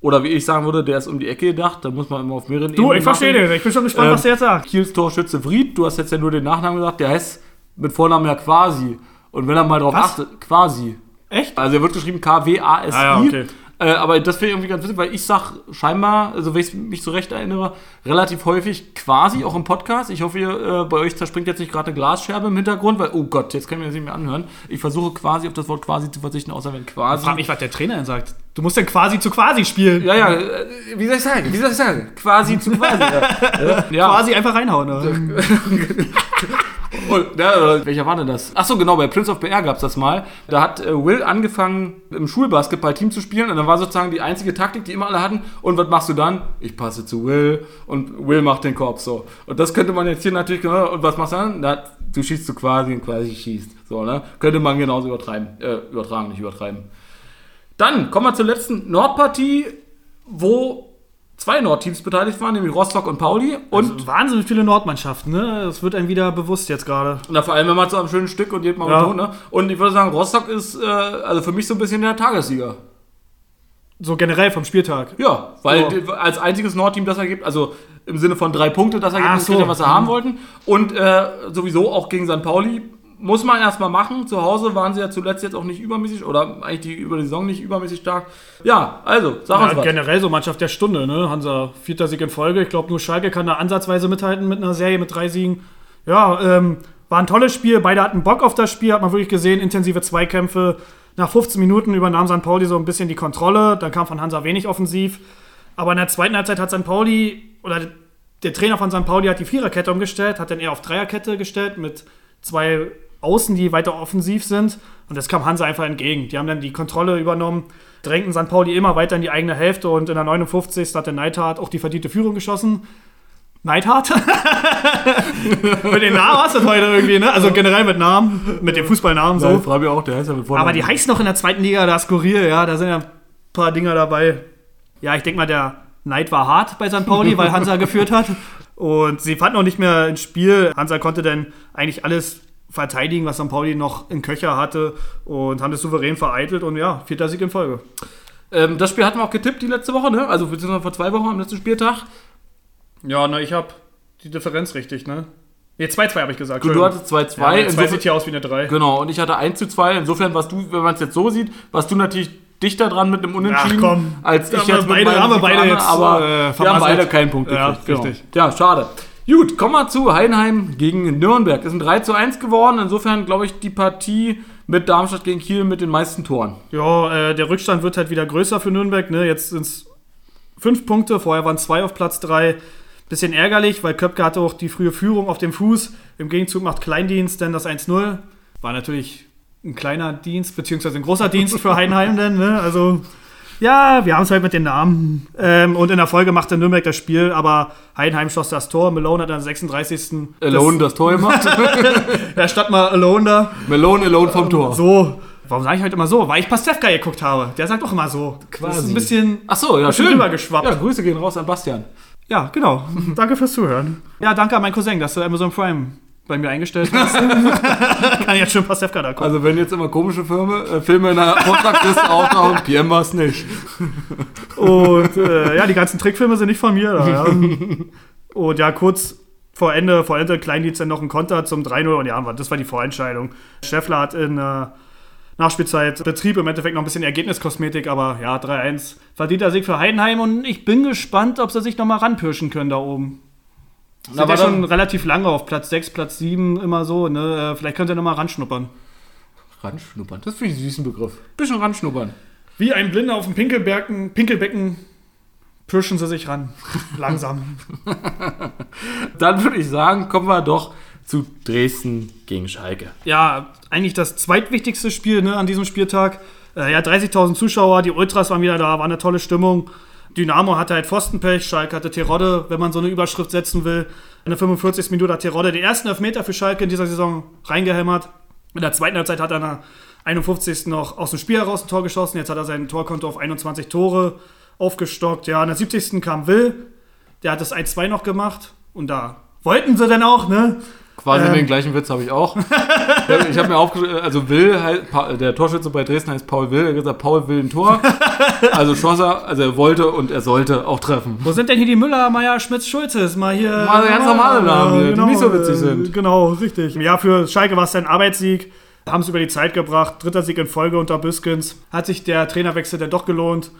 A: Oder wie ich sagen würde, der ist um die Ecke gedacht, da muss man immer auf mehreren
B: Du, ich verstehe den. Ich bin schon gespannt,
A: Ähm,
B: was der jetzt sagt.
A: Kiels Torschütze Vried, du hast jetzt ja nur den Nachnamen gesagt, der heißt mit Vornamen ja quasi. Und wenn er mal drauf
B: Was?
A: achtet, quasi.
B: Echt?
A: Also er wird geschrieben K-W-A-S-I.
B: Ah ja, okay.
A: äh, aber das finde ich irgendwie ganz witzig, weil ich sag scheinbar, also wenn ich mich zurecht erinnere, relativ häufig quasi, auch im Podcast. Ich hoffe, ihr, äh, bei euch zerspringt jetzt nicht gerade eine Glasscherbe im Hintergrund, weil, oh Gott, jetzt können wir das nicht mehr anhören. Ich versuche quasi auf das Wort quasi zu verzichten, außer wenn quasi.
B: Frag mich, was der Trainer denn sagt. Du musst dann quasi zu quasi spielen.
A: Ja, ja, äh, wie soll ich sagen? Wie soll ich sagen? Quasi zu quasi. ja. ja.
B: Quasi einfach reinhauen. Ne?
A: Und, ja, oder welcher war denn das? Achso, genau, bei Prince of BR gab es das mal. Da hat äh, Will angefangen, im Schulbasketballteam zu spielen und dann war sozusagen die einzige Taktik, die immer alle hatten. Und was machst du dann? Ich passe zu Will und Will macht den Korb so. Und das könnte man jetzt hier natürlich genau. Und was machst du dann? Na, du schießt zu quasi und quasi schießt. So, ne? Könnte man genauso übertreiben. Äh, übertragen, nicht übertreiben. Dann kommen wir zur letzten Nordpartie, wo zwei Nordteams beteiligt waren, nämlich Rostock und Pauli. Und
B: Und wahnsinnig viele Nordmannschaften. Ne? Das wird einem wieder bewusst jetzt gerade.
A: na, vor allem, wenn man zu einem schönen Stück und geht mal
B: Ja.
A: ja. ne? Und ich würde sagen, Rostock ist äh, also für mich so ein bisschen der Tagessieger.
B: So generell vom Spieltag.
A: Ja, weil
B: Ja.
A: die- als einziges Nordteam das ergibt, also im Sinne von drei Punkte, das ergibt
B: Ach
A: nicht
B: so.
A: kriegt, was sie haben wollten. Und äh, sowieso auch gegen St. Pauli muss man erstmal machen. Zu Hause waren sie ja zuletzt jetzt auch nicht übermäßig oder eigentlich die über die Saison nicht übermäßig stark. Ja, also, sag
B: Ja,
A: uns was.
B: generell so Mannschaft der Stunde, ne? Hansa, vierter Sieg in Folge. Ich glaube, nur Schalke kann da ansatzweise mithalten mit einer Serie mit drei Siegen. Ja, ähm, war ein tolles Spiel. Beide hatten Bock auf das Spiel, hat man wirklich gesehen. Intensive Zweikämpfe. Nach 15 Minuten übernahm St. Pauli so ein bisschen die Kontrolle. Dann kam von Hansa wenig offensiv. Aber in der zweiten Halbzeit hat St. Pauli, oder der Trainer von St. Pauli hat die Viererkette umgestellt, hat dann eher auf Dreierkette gestellt mit zwei Außen, die weiter offensiv sind. Und das kam Hansa einfach entgegen. Die haben dann die Kontrolle übernommen, drängten St. Pauli immer weiter in die eigene Hälfte und in der 59. hat der Neidhardt auch die verdiente Führung geschossen. Neidhardt? mit dem Namen hast du das heute irgendwie, ne? Also generell mit Namen, mit dem Fußballnamen so.
A: Frage auch, der heißt ja mit Vornamen.
B: Aber die heißen noch in der zweiten Liga da skurril, ja, da sind ja ein paar Dinger dabei. Ja, ich denke mal, der Neid war hart bei St. Pauli, weil Hansa geführt hat. Und sie fanden auch nicht mehr ins Spiel. Hansa konnte dann eigentlich alles verteidigen, was St. Pauli noch in Köcher hatte und haben das souverän vereitelt und ja, vierter Sieg in Folge.
A: ähm, das Spiel hatten wir auch getippt die letzte Woche, ne? Also beziehungsweise vor zwei Wochen am letzten Spieltag.
B: Ja, na, ich hab die Differenz richtig, ne? Ne, 2-2 habe ich gesagt.
A: Du, du hattest 2-2.
B: ja,
A: Insofern-
B: sieht hier aus wie eine 3.
A: Genau, und ich hatte 1 zu 2. Insofern, was du, wenn man es jetzt so sieht, was du natürlich dichter dran mit einem Unentschieden,
B: Ach, komm.
A: als
B: Da
A: ich
B: haben wir
A: jetzt mit
B: beide-
A: meinem
B: haben wir beide
A: Siegplan,
B: jetzt,
A: aber
B: äh,
A: wir haben
B: vermasselt.
A: beide keinen Punkt
B: Ja,
A: gekriegt. Genau.
B: richtig.
A: Ja, schade. Gut, kommen wir zu Heidenheim gegen Nürnberg. Ist ein 3 zu 1 geworden. Insofern glaube ich die Partie mit Darmstadt gegen Kiel mit den meisten Toren.
B: Ja, äh, der Rückstand wird halt wieder größer für Nürnberg. Ne? Jetzt sind es fünf Punkte, vorher waren zwei auf Platz drei. Bisschen ärgerlich, weil Köpke hatte auch die frühe Führung auf dem Fuß. Im Gegenzug macht Kleindienst dann das 1-0. War natürlich ein kleiner Dienst, beziehungsweise ein großer Dienst für Heidenheim dann. Ne? Also, ja, wir haben es halt mit den Namen. Ähm, und in der Folge machte Nürnberg das Spiel, aber Heidenheim schoss das Tor. Malone hat dann am 36.
A: Alone das, Tor gemacht.
B: Das, ja, statt mal Alone da.
A: Malone alone vom Tor.
B: So. Warum sage ich heute immer so? Weil ich Pastewka geguckt habe. Der sagt auch immer so. Das ist
A: Quasi.
B: ein bisschen.
A: Ach so, ja,
B: Bisschen
A: schön.
B: rübergeschwappt.
A: Ja, Grüße gehen raus an Bastian.
B: Ja, genau. danke fürs Zuhören. Ja, danke an meinen Cousin, dass du Amazon Prime bei mir eingestellt hast. Kann jetzt schon Pastewka da gucken.
A: Also wenn jetzt immer komische Filme, äh, Filme in der Vortragsliste auftauchen, PM war es nicht.
B: Und äh, ja, die ganzen Trickfilme sind nicht von mir. Da, ja. Und ja, kurz vor Ende, vor Ende, Kleindienst dann noch ein Konter zum 3-0. Und ja, das war die Vorentscheidung. Scheffler hat in äh, Nachspielzeit Betrieb im Endeffekt noch ein bisschen Ergebniskosmetik, aber ja, 3-1. Verdienter Sieg für Heidenheim und ich bin gespannt, ob sie sich nochmal ranpirschen können da oben. Sind
A: aber
B: ja schon
A: dann-
B: relativ lange auf Platz 6, Platz 7 immer so. Ne? Äh, Vielleicht könnt ihr nochmal ranschnuppern.
A: Ranschnuppern, das finde ich einen süßen Begriff. Bisschen ranschnuppern.
B: Wie ein Blinder auf dem Pinkelberken, Pinkelbecken pirschen sie sich ran. Langsam.
A: Dann würde ich sagen, kommen wir doch zu Dresden gegen Schalke.
B: ja, eigentlich das zweitwichtigste Spiel ne, an diesem Spieltag. Äh, ja, 30.000 Zuschauer, die Ultras waren wieder da, war eine tolle Stimmung. Dynamo hatte halt Pfostenpech, Schalke hatte Terodde, wenn man so eine Überschrift setzen will. In der 45. Minute hat Terodde den ersten Elfmeter für Schalke in dieser Saison reingehämmert. In der zweiten Halbzeit hat er in der 51. noch aus dem Spiel heraus ein Tor geschossen. Jetzt hat er sein Torkonto auf 21 Tore aufgestockt. Ja, in der 70. kam Will, der hat das 1-2 noch gemacht. Und da wollten sie dann auch, ne?
A: Quasi
B: Ähm.
A: den gleichen Witz habe ich auch. ich habe mir aufgeschrieben, also Will, heißt- Pa- der Torschütze bei Dresden heißt Paul Will, er hat gesagt, Paul will ein Tor. Also schoss er, also er wollte und er sollte auch treffen.
B: Wo sind denn hier die Müller, Meier, Schmitz, Schulzes? Mal hier.
A: Mal ganz normale Namen hier, die nicht so witzig
B: äh,
A: sind.
B: Genau, richtig. Ja, für Schalke war es ein Arbeitssieg. Haben es über die Zeit gebracht. Dritter Sieg in Folge unter Büskens. Hat sich der Trainerwechsel dann doch gelohnt.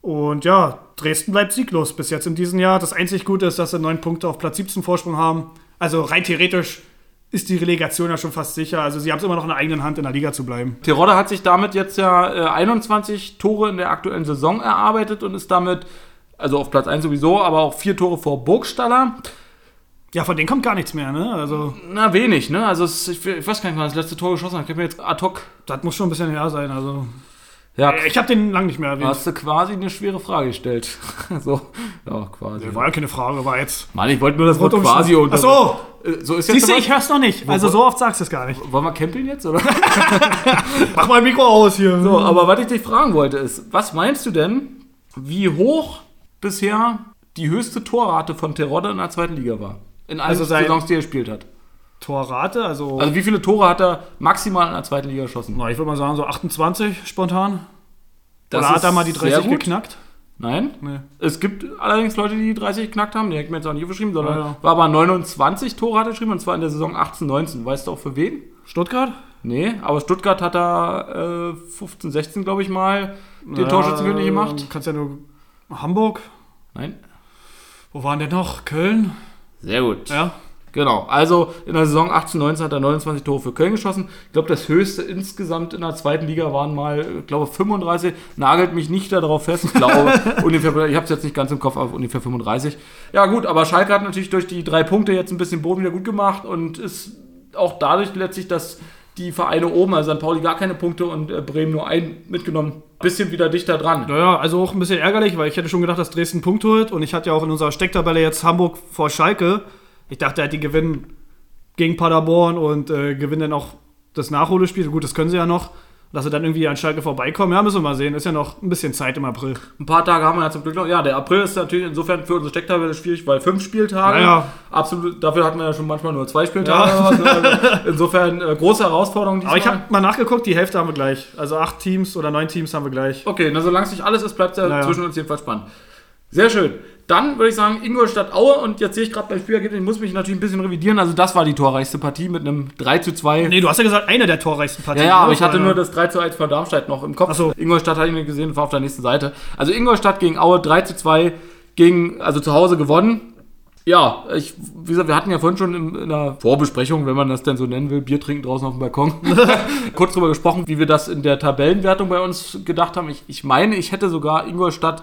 B: Und ja, Dresden bleibt sieglos bis jetzt in diesem Jahr. Das einzig Gute ist, dass sie neun Punkte auf Platz 17 Vorsprung haben. Also rein theoretisch ist die Relegation ja schon fast sicher. Also sie haben es immer noch in der eigenen Hand, in der Liga zu bleiben.
A: Terodde hat sich damit jetzt ja äh, 21 Tore in der aktuellen Saison erarbeitet und ist damit, also auf Platz 1 sowieso, aber auch vier Tore vor Burgstaller.
B: Ja, von denen kommt gar nichts mehr, ne? Also
A: Na, wenig, ne? Also es, ich, ich weiß gar nicht, wann er das letzte Tor geschossen hat. Ich habe mir jetzt ad hoc.
B: das muss schon ein bisschen her sein. Also
A: Ja,
B: Äh, ich habe den lang nicht mehr
A: Da
B: erwähnt.
A: hast du quasi eine schwere Frage gestellt. so, ja, quasi.
B: War ja keine Frage, war jetzt
A: Mann, ich wollte nur das Wort quasi unter.
B: Ach so,
A: Äh, So ist jetzt
B: siehst du,
A: aber-
B: ich hör's noch nicht. Also so oft sagst du es gar nicht.
A: Wollen wir camping jetzt, oder?
B: Mach mal ein Mikro aus hier.
A: so, aber was ich dich fragen wollte ist, was meinst du denn, wie hoch bisher die höchste Torrate von Terodde in der zweiten Liga war? In allen
B: Also sein-
A: Saisons, die er gespielt hat.
B: Torrate, also,
A: Also wie viele Tore hat er maximal in der zweiten Liga geschossen?
B: na, ich würde mal sagen so 28 spontan.
A: Das
B: Oder
A: ist
B: hat er mal die
A: sehr
B: 30
A: gut.
B: geknackt?
A: Nein.
B: Nee.
A: Es gibt allerdings Leute, die die 30 geknackt haben. Die hätten mir jetzt auch nicht aufgeschrieben, sondern
B: Ah, ja.
A: war aber 29 Tore hat er geschrieben und zwar in der Saison 18, 19. Weißt du auch für wen?
B: Stuttgart?
A: Nee, aber Stuttgart hat da äh, 15, 16, glaube ich mal, den Torschützenkönig gemacht.
B: Kannst ja nur Hamburg.
A: Nein.
B: Wo waren denn noch? Köln?
A: Sehr gut.
B: Ja.
A: Genau. Also in der Saison 18, 19 hat er 29 Tore für Köln geschossen. Ich glaube, das höchste insgesamt in der zweiten Liga waren mal, ich glaube, 35. Nagelt mich nicht darauf fest. Ich glaube, ungefähr, ich habe es jetzt nicht ganz im Kopf, aber ungefähr 35. Ja, gut, aber Schalke hat natürlich durch die drei Punkte jetzt ein bisschen Boden wieder gut gemacht und ist auch dadurch letztlich, dass die Vereine oben, also St. Pauli gar keine Punkte und äh, Bremen nur einen mitgenommen, bisschen wieder dichter dran.
B: Naja, also auch ein bisschen ärgerlich, weil ich hätte schon gedacht, dass Dresden einen Punkt holt. Und ich hatte ja auch in unserer Stecktabelle jetzt Hamburg vor Schalke. Ich dachte, er hat die gewinnen gegen Paderborn und äh, gewinnen dann auch das Nachholespiel. Gut, das können sie ja noch. Dass sie dann irgendwie an Schalke vorbeikommen, ja, müssen wir mal sehen. Ist ja noch ein bisschen Zeit im April.
A: Ein paar Tage haben wir ja zum Glück noch. Ja, der April ist natürlich insofern für unsere Stecktabelle schwierig, weil fünf Spieltage.
B: Naja.
A: Absolut, dafür hatten wir ja schon manchmal nur zwei Spieltage.
B: Ja.
A: oder was, ne? Also insofern äh, große Herausforderung
B: Aber ich
A: diesmal.
B: habe mal nachgeguckt, die Hälfte haben wir gleich. Also acht Teams oder neun Teams haben wir gleich.
A: Okay, na, solange es nicht alles ist, bleibt es ja
B: Naja.
A: zwischen uns jedenfalls spannend. Sehr schön. Dann würde ich sagen, Ingolstadt Aue und jetzt sehe ich gerade beim Spielergebnis, ich muss mich natürlich ein bisschen revidieren. Also das war die torreichste Partie mit einem 3 zu 2.
B: Nee, du hast ja gesagt, eine der torreichsten
A: ja,
B: Partien.
A: ja, aber ich hatte
B: Also,
A: nur das 3 zu 1 von Darmstadt noch im Kopf.
B: Ach so.
A: Ingolstadt hatte ich mir gesehen, war auf der nächsten Seite. Also Ingolstadt gegen Aue 3 zu 2 gegen, also zu Hause gewonnen. Ja, ich, wie gesagt, wir hatten ja vorhin schon in, in einer Vorbesprechung, wenn man das denn so nennen will, Bier trinken draußen auf dem Balkon, kurz drüber gesprochen, wie wir das in der Tabellenwertung bei uns gedacht haben. Ich, ich meine, ich hätte sogar Ingolstadt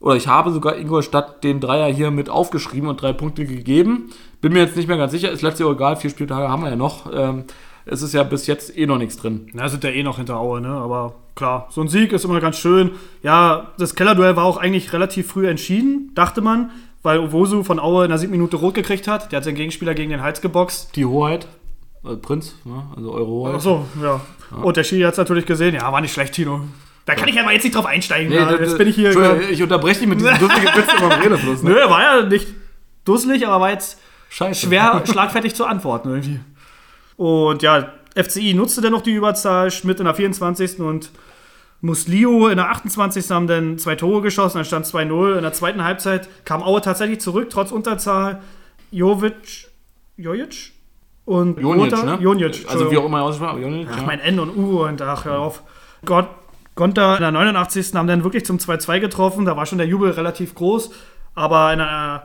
A: oder ich habe sogar Ingolstadt den Dreier hier mit aufgeschrieben und drei Punkte gegeben. Bin mir jetzt nicht mehr ganz sicher, ist letztes Jahr egal, vier Spieltage haben wir ja noch. Ähm, es ist ja bis jetzt eh noch nichts drin.
B: Na, sind ja eh noch hinter Aue, ne? Aber klar, so ein Sieg ist immer ganz schön. Ja, das Kellerduell war auch eigentlich relativ früh entschieden, dachte man, weil Owosu von Aue in der siebten Minute rot gekriegt hat. Der hat seinen Gegenspieler gegen den Hals geboxt.
A: Die Hoheit, äh, Prinz, ne? also Euro Hoheit.
B: Ach so, ja. Und der Schiri hat es natürlich gesehen. Ja, war nicht schlecht, Tino. Da kann ich aber jetzt nicht drauf einsteigen.
A: Nee,
B: ja,
A: das-
B: jetzt bin ich hier.
A: Entschuldigung, ich unterbreche dich mit diesem duftigen Witz immer im Redefluss.
B: Nö,
A: Ne?
B: war ja nicht dusselig, aber war jetzt
A: Scheiße.
B: schwer schlagfertig zu antworten irgendwie. Und ja, FCI nutzte dann noch die Überzahl, Schmidt in der 24. und Muslio in der 28. haben dann zwei Tore geschossen, dann stand 2-0. In der zweiten Halbzeit kam Aue tatsächlich zurück, trotz Unterzahl. Jovic, Jojic und
A: Jonic,
B: Gotha-
A: ne?
B: Jonic,
A: also
B: Entschuldigung.
A: wie auch immer er ausspricht, aber Jonic.
B: Ach,
A: ja.
B: mein N und U und ach, hör auf. Gott, Gonter in der 89. haben dann wirklich zum 2-2 getroffen. Da war schon der Jubel relativ groß. Aber in der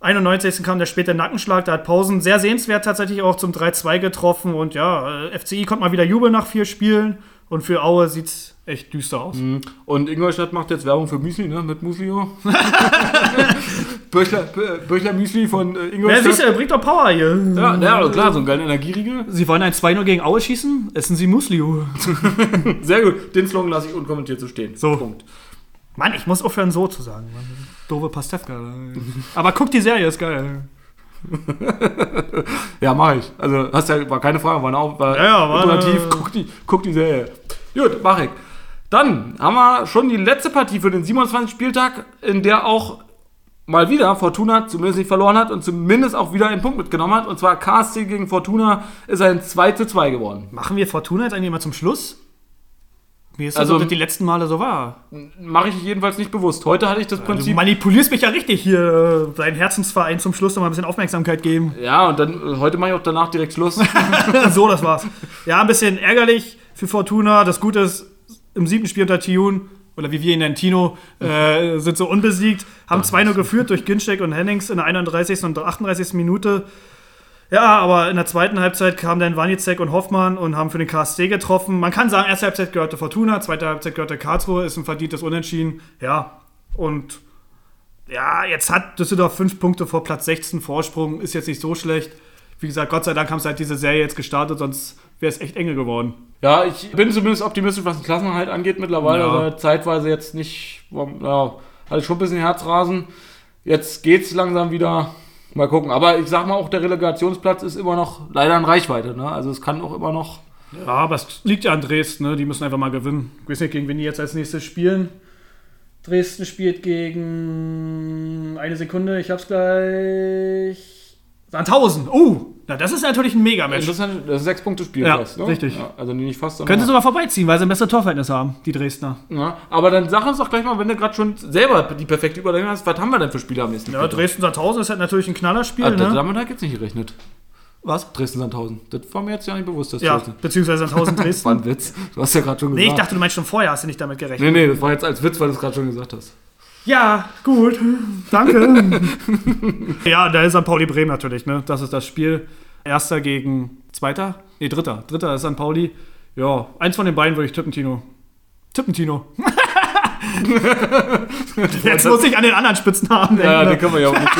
B: 91. kam der späte Nackenschlag. Da hat Pausen sehr sehenswert tatsächlich auch zum 3-2 getroffen. Und ja, äh, FCI konnte mal wieder jubeln nach vier Spielen. Und für Aue sieht es echt düster aus.
A: Und Ingolstadt macht jetzt Werbung für Müsli, ne? Mit Muslio. Böchler, Bö- Böchler Müsli von äh,
B: Ja, siehst
A: Ingolstadt.
B: du, bringt doch Power hier.
A: Ja, ja, klar, so ein geiler Energieriegel.
B: Sie wollen ein 2-0 gegen Aue schießen? Essen Sie Musliu.
A: Sehr gut. Den Slogan lasse ich unkommentiert so stehen.
B: So.
A: Punkt.
B: Mann, ich muss aufhören, so zu sagen. Mann. Doofe Pastewka. Aber guck die Serie, ist geil.
A: Ja, mach ich. Also, hast ja, war keine Frage, war, eine Auf- war
B: Ja, ja, war eine-
A: iterativ. Guck die, guck die Serie. Gut, mach ich. Dann haben wir schon die letzte Partie für den 27. Spieltag, in der auch mal wieder Fortuna zumindest nicht verloren hat und zumindest auch wieder einen Punkt mitgenommen hat. Und zwar KSC gegen Fortuna ist ein 2 zu 2 geworden.
B: Machen wir Fortuna jetzt eigentlich mal zum Schluss? Mir ist
A: Also-
B: also, das, ob das die letzten Male so war.
A: Mache ich jedenfalls nicht bewusst. Heute hatte ich das
B: Du
A: Prinzip.
B: manipulierst mich ja richtig hier. äh, Dein Herzensverein zum Schluss noch mal ein bisschen Aufmerksamkeit geben.
A: Ja, und dann äh, heute mache ich auch danach direkt Schluss.
B: so, das war's. Ja, ein bisschen ärgerlich für Fortuna. Das Gute ist, im siebten Spiel unter Tune, oder wie wir ihn nennen, Tino, äh, sind so unbesiegt. Haben 2-0 geführt durch Ginczek und Hennings in der 31. und 38. Minute. Ja, aber in der zweiten Halbzeit kamen dann Wanizek und Hoffmann und haben für den KSC getroffen. Man kann sagen, erste Halbzeit gehörte Fortuna, zweite Halbzeit gehörte Karlsruhe, ist ein verdientes Unentschieden. Ja, und ja, jetzt hat Düsseldorf fünf Punkte vor Platz 16 Vorsprung, ist jetzt nicht so schlecht. Wie gesagt, Gott sei Dank haben sie halt diese Serie jetzt gestartet, sonst wäre es echt enge geworden.
A: ja, ich bin zumindest optimistisch, was den Klassenhalt angeht mittlerweile,
B: Ja.
A: aber zeitweise jetzt nicht. war- Ja, hatte schon ein bisschen Herzrasen. Jetzt geht's langsam wieder. Mal gucken. Aber ich sag mal auch, der Relegationsplatz ist immer noch leider in Reichweite. Ne? Also es kann auch immer noch.
B: Ja, aber es liegt ja an Dresden, ne? die müssen einfach mal gewinnen. Ich weiß nicht, gegen wen die jetzt als nächstes spielen. Dresden spielt gegen. Eine Sekunde, ich hab's gleich. Sandhausen! Oh! Na, das ist natürlich ein Megamatch.
A: Interessant, das ist sechs Punkte Spiel
B: Ja,
A: fast,
B: richtig.
A: Ja, also nicht fast, sondern.
B: Könnte sogar vorbeiziehen, weil sie ein besseres Torverhältnis haben, die Dresdner.
A: ja. Aber dann sag uns doch gleich mal, wenn du gerade schon selber die perfekte Überlegung hast, was haben wir denn für Spiele am nächsten
B: Ja,
A: Spieltag?
B: Dresden-Sandhausen ist halt natürlich ein Knallerspiel.
A: Ah,
B: ne?
A: Damit hat jetzt nicht gerechnet.
B: Was?
A: Dresden-Sandhausen. Das war mir jetzt ja nicht bewusst, dass
B: Ja,
A: Dresden-
B: beziehungsweise Sandhausen
A: Das war
B: Dresden.
A: ein Witz. Du hast ja gerade schon
B: Nee,
A: gesagt.
B: ich dachte, du meinst schon vorher, hast du nicht damit gerechnet.
A: Nee, nee, das war jetzt als Witz, weil du es gerade schon gesagt hast.
B: Ja, gut. Danke. ja, da ist St. Pauli Bremen natürlich, ne? Das ist das Spiel. Erster gegen Zweiter? Nee, Dritter. Dritter ist St. Pauli. Ja, eins von den beiden würde ich tippen, Tino. Tippen, Tino. Jetzt muss ich an den anderen Spitznamen denken.
A: Ja,
B: ne?
A: den können wir ja auch nicht.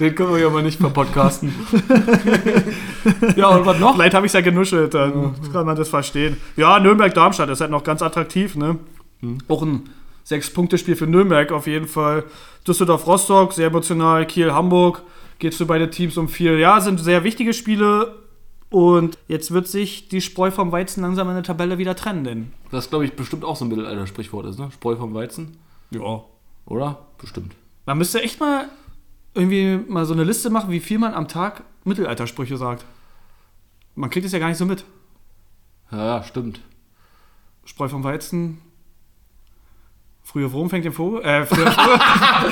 A: den können wir ja mal nicht verpodcasten. ja, und was noch?
B: Vielleicht habe ich es ja genuschelt, dann kann man das verstehen. Ja, Nürnberg-Darmstadt ist halt noch ganz attraktiv, ne? Auch ein Sechs-Punkte-Spiel für Nürnberg auf jeden Fall. Düsseldorf-Rostock, sehr emotional. Kiel-Hamburg, geht's für beide Teams um viel. Ja, sind sehr wichtige Spiele. Und jetzt wird sich die Spreu vom Weizen langsam in der Tabelle wieder trennen, denn.
A: Das glaube ich bestimmt auch so ein Mittelalter-Sprichwort ist, ne? Spreu vom Weizen,
B: Ja.
A: oder? Bestimmt.
B: Man müsste echt mal irgendwie mal so eine Liste machen, wie viel man am Tag Mittelaltersprüche sagt. Man kriegt es ja gar nicht so mit.
A: Ja, ja, stimmt.
B: Spreu vom Weizen. Frühe Wurm fängt den Vogel. Äh, früher,
A: Ja,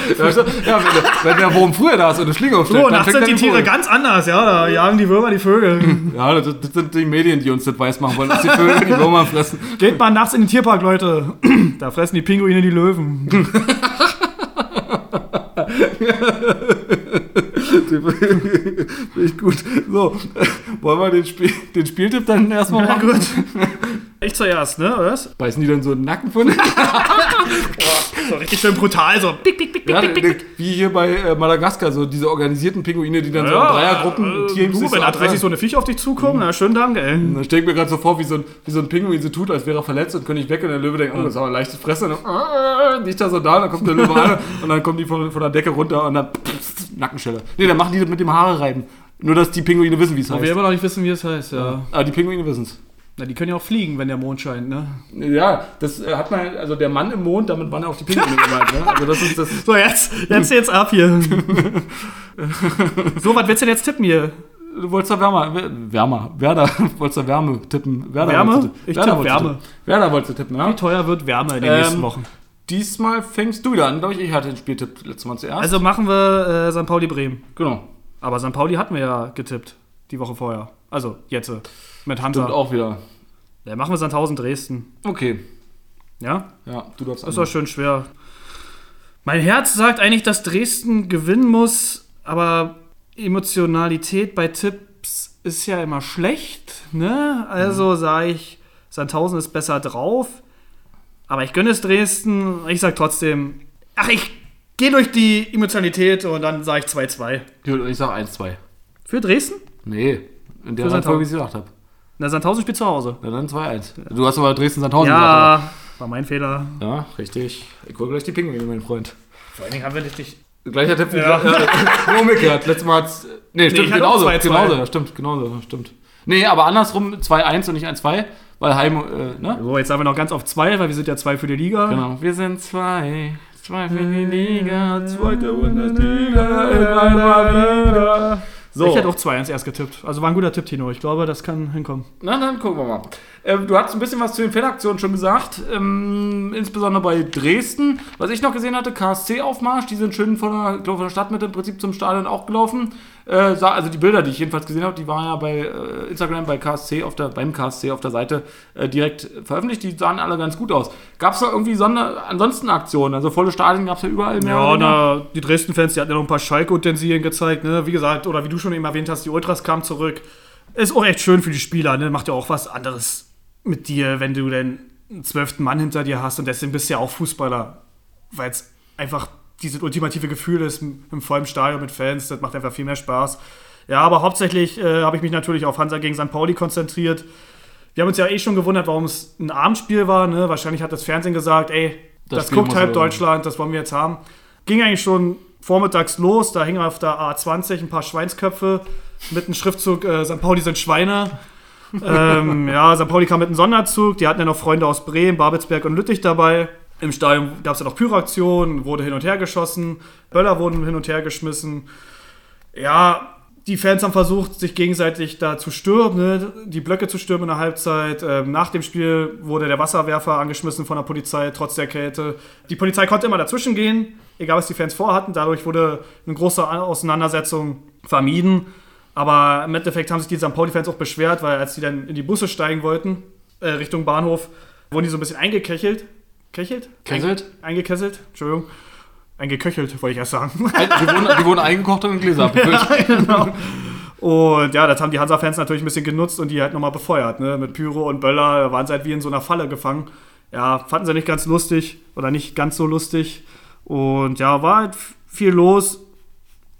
A: wenn, wenn der Wurm früher da ist und eine Schlinge aufschlägt,
B: so, Oh, nachts
A: fängt
B: sind
A: er
B: die
A: den
B: Tiere
A: Vogel.
B: ganz anders, ja. Da jagen die Würmer die Vögel.
A: Ja, das, das sind die Medien, die uns das weiß machen wollen, dass die Vögel die Würmer fressen.
B: Geht mal nachts in den Tierpark, Leute. Da fressen die Pinguine die Löwen.
A: Finde ich gut. So, wollen wir den, Spiel, den Spieltipp dann erstmal machen?
B: gut. Ich zuerst, ne? Oder was?
A: Beißen die dann so den Nacken von?
B: So richtig schön brutal, so. Pick, pick, pick,
A: ja,
B: pick, pick, pick.
A: wie hier bei äh, Madagaskar, so diese organisierten Pinguine, die dann so in Dreiergruppen
B: äh,
A: Teams
B: du,
A: sich
B: wenn da 30
A: abwehren.
B: so eine Viech auf dich
A: Mhm.
B: zukommen, na schön, danke, ey.
A: Dann stelle ich mir gerade so vor, wie so, ein, wie so ein Pinguin so tut, als wäre er verletzt und könnte nicht weg. Und der Löwe denkt, oh, das ist aber eine leichte Fresse. Und dann äh, liegt er so da, und dann kommt der Löwe an und dann kommen die von, von der Decke runter und dann pff, Nackenschelle. Nee, dann machen die das mit dem Haare reiben. Nur, dass die Pinguine wissen, wie es
C: Wir
A: heißt.
C: immer noch nicht wissen, wie es heißt, ja.
A: Aber die Pinguine wissen es.
C: Na, die können ja auch fliegen, wenn der Mond scheint, ne?
A: Ja, das äh, hat man, also der Mann im Mond, damit waren ja auch die Pinguine gemeint. Ne? Also das ist das.
B: So, jetzt, jetzt jetzt ab hier. so, was willst du denn jetzt tippen hier?
A: Du wolltest da Wärmer, Wer- Wärmer, Werder, wolltest da Wärme tippen. Werder
B: Wärme?
A: wolltest du-
B: Ich
A: Werder
B: tipp
A: wolltest du
B: Wärme.
A: tippen. Werder wolltest du tippen, ne? ja?
B: Wie teuer wird Wärme in den
A: Ähm,
B: nächsten Wochen?
A: Diesmal fängst du wieder an, glaube ich. Ich hatte den Spieltipp letztes Mal zuerst.
B: Also machen wir äh, St. Pauli-Bremen.
A: genau.
B: Aber St. Pauli hatten wir ja getippt, die Woche vorher. Also, jetzt. äh, Mit
A: Stimmt
B: Hansa.
A: auch wieder.
B: Ja, machen wir Sandhausen Dresden.
A: Okay.
B: Ja,
A: Ja, du darfst
B: das
A: anfangen.
B: war schön schwer. Mein Herz sagt eigentlich, dass Dresden gewinnen muss, aber Emotionalität bei Tipps ist ja immer schlecht. Ne? Also sage ich, Sandhausen ist besser drauf. Aber ich gönne es Dresden. Ich sage trotzdem, ach, ich gehe durch die Emotionalität und dann sage ich 2-2.
A: Gut, Ich sag 1-2.
B: Für Dresden?
A: Nee, in der Reihenfolge,
B: Für Sandhausen.
A: wie ich es gesagt habe.
B: Na, Sandhausen spielt zu Hause.
A: Na dann 2-1. Du hast aber Dresden-Sandhausen gesagt.
B: Ja, war mein Fehler.
A: oder? Ja, richtig. Ich wollte gleich die Pinguine, mein Freund.
B: Vor allen Dingen haben wir richtig.
A: Gleicher Tipp wie ja.
B: Ja.
A: nur umgekehrt. Letztes Mal hat's. Nee, stimmt,
B: ich hatte auch
A: genauso.
B: 2-2.
A: genauso, ja, stimmt, genauso, stimmt. Nee, aber andersrum 2-1 und nicht 1-2, weil Heim, äh, ne?
B: So, jetzt haben wir noch ganz auf zwei, weil wir sind ja zwei für die Liga.
A: Genau. Wir sind zwei. Zwei für die Liga, zweite Bundesliga, äh, immer wieder. So.
B: Ich hätte auch 2-1 erst getippt. Also war ein guter Tipp, Tino. Ich glaube, das kann hinkommen.
A: Na, dann gucken wir mal. Ähm, du hast ein bisschen was zu den Fanaktionen schon gesagt, ähm, insbesondere bei Dresden. Was ich noch gesehen hatte, KSC-Aufmarsch, die sind schön von der, ich glaube, von der Stadtmitte im Prinzip zum Stadion auch gelaufen. Äh, sah, also die Bilder, die ich jedenfalls gesehen habe, die waren ja bei äh, Instagram bei KSC auf der, beim KSC auf der Seite äh, direkt veröffentlicht. Die sahen alle ganz gut aus. Gab es da irgendwie Sonder ansonsten Aktionen? Also volle Stadien gab es ja überall mehr.
B: Ja,
A: oder weniger.
B: na, die Dresden-Fans, die hatten ja noch ein paar Schalke-Utensilien gezeigt. Ne? Wie gesagt, oder wie du schon eben erwähnt hast, die Ultras kamen zurück. Ist auch echt schön für die Spieler. Ne? Macht ja auch was anderes mit dir, wenn du denn einen zwölften Mann hinter dir hast. Und deswegen bist du ja auch Fußballer. Weil es einfach dieses ultimative Gefühl ist, im im vollen Stadion mit Fans. Das macht einfach viel mehr Spaß. Ja, aber hauptsächlich äh, habe ich mich natürlich auf Hansa gegen St. Pauli konzentriert. Wir haben uns ja eh schon gewundert, warum es ein Abendspiel war. Ne? Wahrscheinlich hat das Fernsehen gesagt, ey,
A: Das
B: das,
A: Spiel
B: guckt
A: muss
B: halb
A: aber-
B: Deutschland, das wollen wir jetzt haben. Ging eigentlich schon vormittags los, da hingen auf der A20 ein paar Schweinsköpfe mit einem Schriftzug äh, St. Pauli sind Schweine. ähm, ja, St. Pauli kam mit einem Sonderzug, die hatten ja noch Freunde aus Bremen, Babelsberg und Lüttich dabei. Im Stadion gab es ja noch Pyroaktionen, wurde hin und her geschossen, Böller wurden hin und her geschmissen. Ja, die Fans haben versucht, sich gegenseitig da zu stürmen, ne? die Blöcke zu stürmen in der Halbzeit. Ähm, nach dem Spiel wurde der Wasserwerfer angeschmissen von der Polizei, trotz der Kälte. Die Polizei konnte immer dazwischen gehen, egal was die Fans vorhatten. Dadurch wurde eine große A- Auseinandersetzung vermieden. Aber im Endeffekt haben sich die St. Pauli-Fans auch beschwert, weil als die dann in die Busse steigen wollten, äh, Richtung Bahnhof, wurden die so ein bisschen eingekechelt. Kechelt?
A: Cancelled?
B: Eingekesselt? Entschuldigung. Eingeköchelt, wollte ich erst sagen.
A: Die wurden, die wurden eingekocht und in Gläser abgefüllt.
B: Und ja, das haben die Hansa-Fans natürlich ein bisschen genutzt und die halt nochmal befeuert. Ne? Mit Pyro und Böller da waren sie halt wie in so einer Falle gefangen. Ja, fanden sie nicht ganz lustig oder nicht ganz so lustig. Und ja, war halt viel los,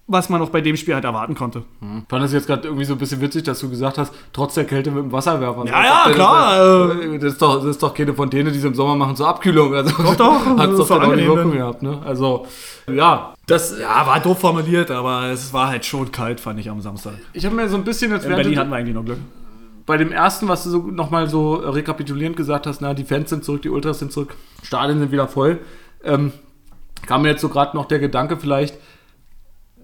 B: was man auch bei dem Spiel halt erwarten konnte.
A: Ich fand das jetzt gerade irgendwie so ein bisschen witzig, dass du gesagt hast, trotz der Kälte mit dem Wasserwerfer.
B: Ja, ja,
A: Das-
B: klar,
A: Das, das, ist doch, das ist doch keine Fontäne, die sie im Sommer machen zur Abkühlung. Also,
B: Doch, Äh, doch,
A: Hat es
B: das
A: doch
B: ist
A: dann auch die
B: angenehm
A: Wirkung
B: dann.
A: gehabt, ne? Also, ja. Das,
B: Ja, war doof formuliert, aber es war halt schon kalt, fand ich am Samstag.
A: ich habe mir so ein bisschen jetzt
B: In
A: während
B: Berlin
A: du-
B: hatten wir eigentlich noch Glück.
A: bei dem ersten, was du so nochmal so äh, rekapitulierend gesagt hast, na, die Fans sind zurück, die Ultras sind zurück, Stadien sind wieder voll, ähm, kam mir jetzt so gerade noch der Gedanke vielleicht,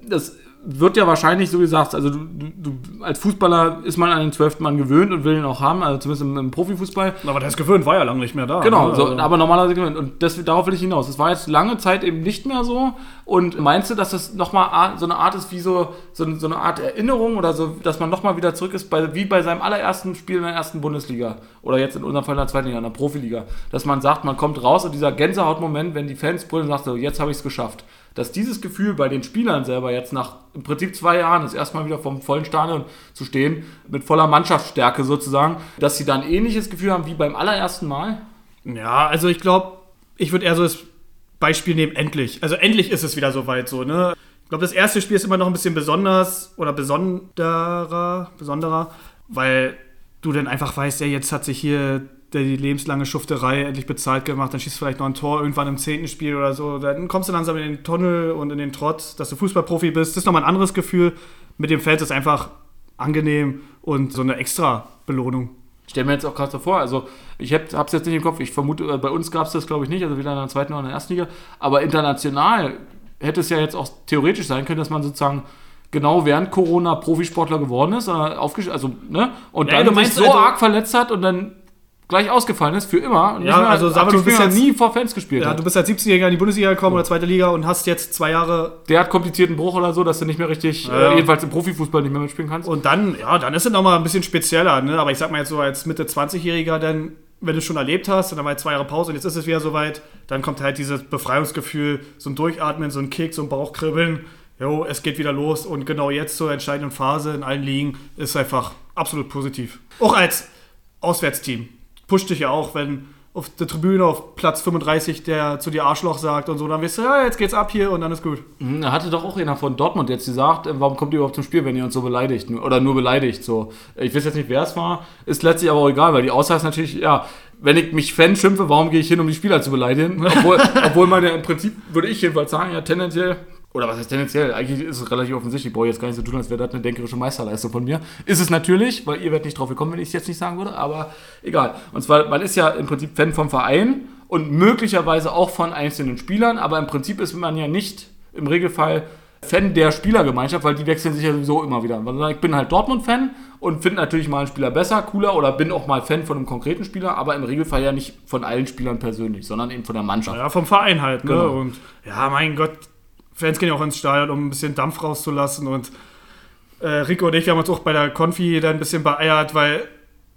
A: dass wird ja wahrscheinlich, so wie du sagst, also du, du, du, als Fußballer ist man an den zwölften Mann gewöhnt und will ihn auch haben, also zumindest im, im Profifußball.
B: Aber das Gewöhn war ja lange nicht mehr da.
A: Genau,
B: ne?
A: so,
B: Also-
A: aber normalerweise gewinnt. Und das, darauf will ich hinaus. Es war jetzt lange Zeit eben nicht mehr so. Und meinst du, dass das nochmal so eine Art ist, wie so, so, eine- so eine Art Erinnerung oder so, dass man nochmal wieder zurück ist, bei, wie bei seinem allerersten Spiel in der ersten Bundesliga oder jetzt in unserem Fall in der zweiten Liga, in der Profiliga, dass man sagt, man kommt raus und dieser Gänsehautmoment, wenn die Fans brüllen und sagt, so, jetzt habe ich es geschafft. Dass dieses Gefühl bei den Spielern selber jetzt nach im Prinzip zwei Jahren ist erstmal wieder vom vollen Stadion zu stehen, mit voller Mannschaftsstärke sozusagen, dass sie dann ein ähnliches Gefühl haben wie beim allerersten Mal.
B: Ja, also ich glaube, ich würde eher so das Beispiel nehmen, endlich. Also endlich ist es wieder soweit so, ne? Ich glaube, das erste Spiel ist immer noch ein bisschen besonders oder besonderer, besonderer, weil du dann einfach weißt, ja, jetzt hat sich hier der die lebenslange Schufterei endlich bezahlt gemacht, dann schießt du vielleicht noch ein Tor irgendwann im zehnten Spiel oder so. Dann kommst du langsam in den Tunnel und in den Trotz, dass du Fußballprofi bist. Das ist nochmal ein anderes Gefühl. Mit dem Feld ist einfach angenehm und so eine extra Belohnung.
A: Ich stelle mir jetzt auch gerade so vor, also ich habe es jetzt nicht im Kopf, ich vermute, äh, bei uns gab es das glaube ich nicht, also weder in der zweiten noch in der ersten Liga, aber international hätte es ja jetzt auch theoretisch sein können, dass man sozusagen genau während Corona Profisportler geworden ist, äh, aufgesch- also, ne, und
B: Ja,
A: dann
B: du
A: sich
B: meinst
A: so
B: also-
A: arg verletzt hat und dann gleich ausgefallen ist, für immer. Und
B: Ja, also sag mal,
A: aktiv
B: du bist
A: Spieler
B: jetzt-
A: nie vor Fans gespielt
B: Ja,
A: hat.
B: du bist als 17-Jähriger in die Bundesliga gekommen oder zweite Liga und hast jetzt zwei Jahre
A: Der hat komplizierten Bruch oder so, dass du nicht mehr richtig,
B: Ja.
A: äh, jedenfalls im Profifußball nicht mehr mitspielen kannst.
B: und dann, ja, dann ist es nochmal ein bisschen spezieller, ne? Aber ich sag mal jetzt so als Mitte 20-Jähriger, dann, wenn du es schon erlebt hast, und dann war jetzt zwei Jahre Pause und jetzt ist es wieder soweit, dann kommt halt dieses Befreiungsgefühl, so ein Durchatmen, so ein Kick, so ein Bauchkribbeln. Jo, es geht wieder los und genau jetzt zur entscheidenden Phase in allen Ligen ist einfach absolut positiv. Auch als Auswärtsteam. Pusht dich ja auch, wenn auf der Tribüne auf Platz 35 der zu dir Arschloch sagt und so, dann weißt du, ja, jetzt geht's ab hier und dann ist gut.
A: Hm, Da hatte doch auch einer von Dortmund jetzt gesagt, äh, warum kommt ihr überhaupt zum Spiel, wenn ihr uns so beleidigt? Nur- Oder nur beleidigt so. Äh, Ich weiß jetzt nicht, wer es war. Ist letztlich aber auch egal, weil die Aussage ist natürlich, ja, wenn ich mich Fan schimpfe, warum gehe ich hin, um die Spieler zu beleidigen? Obwohl, obwohl man ja im Prinzip, würde ich jedenfalls sagen, ja, tendenziell, oder was heißt tendenziell? Eigentlich ist es relativ offensichtlich. Ich brauche jetzt gar nicht so tun, als wäre das eine denkerische Meisterleistung von mir. Ist es natürlich, weil ihr werdet nicht drauf gekommen, wenn ich es jetzt nicht sagen würde, aber egal. Und zwar, man ist ja im Prinzip Fan vom Verein und möglicherweise auch von einzelnen Spielern, aber im Prinzip ist man ja nicht im Regelfall Fan der Spielergemeinschaft, weil die wechseln sich ja sowieso immer wieder. Weil Ich bin halt Dortmund-Fan und finde natürlich mal einen Spieler besser, cooler oder bin auch mal Fan von einem konkreten Spieler, aber im Regelfall ja nicht von allen Spielern persönlich, sondern eben von der Mannschaft.
B: Ja, vom Verein halt, ne?
A: Genau.
B: Und ja, mein Gott, Fans gehen ja auch ins Stadion, um ein bisschen Dampf rauszulassen. Und äh, Rico und ich wir haben uns auch bei der Konfi dann ein bisschen beeiert, weil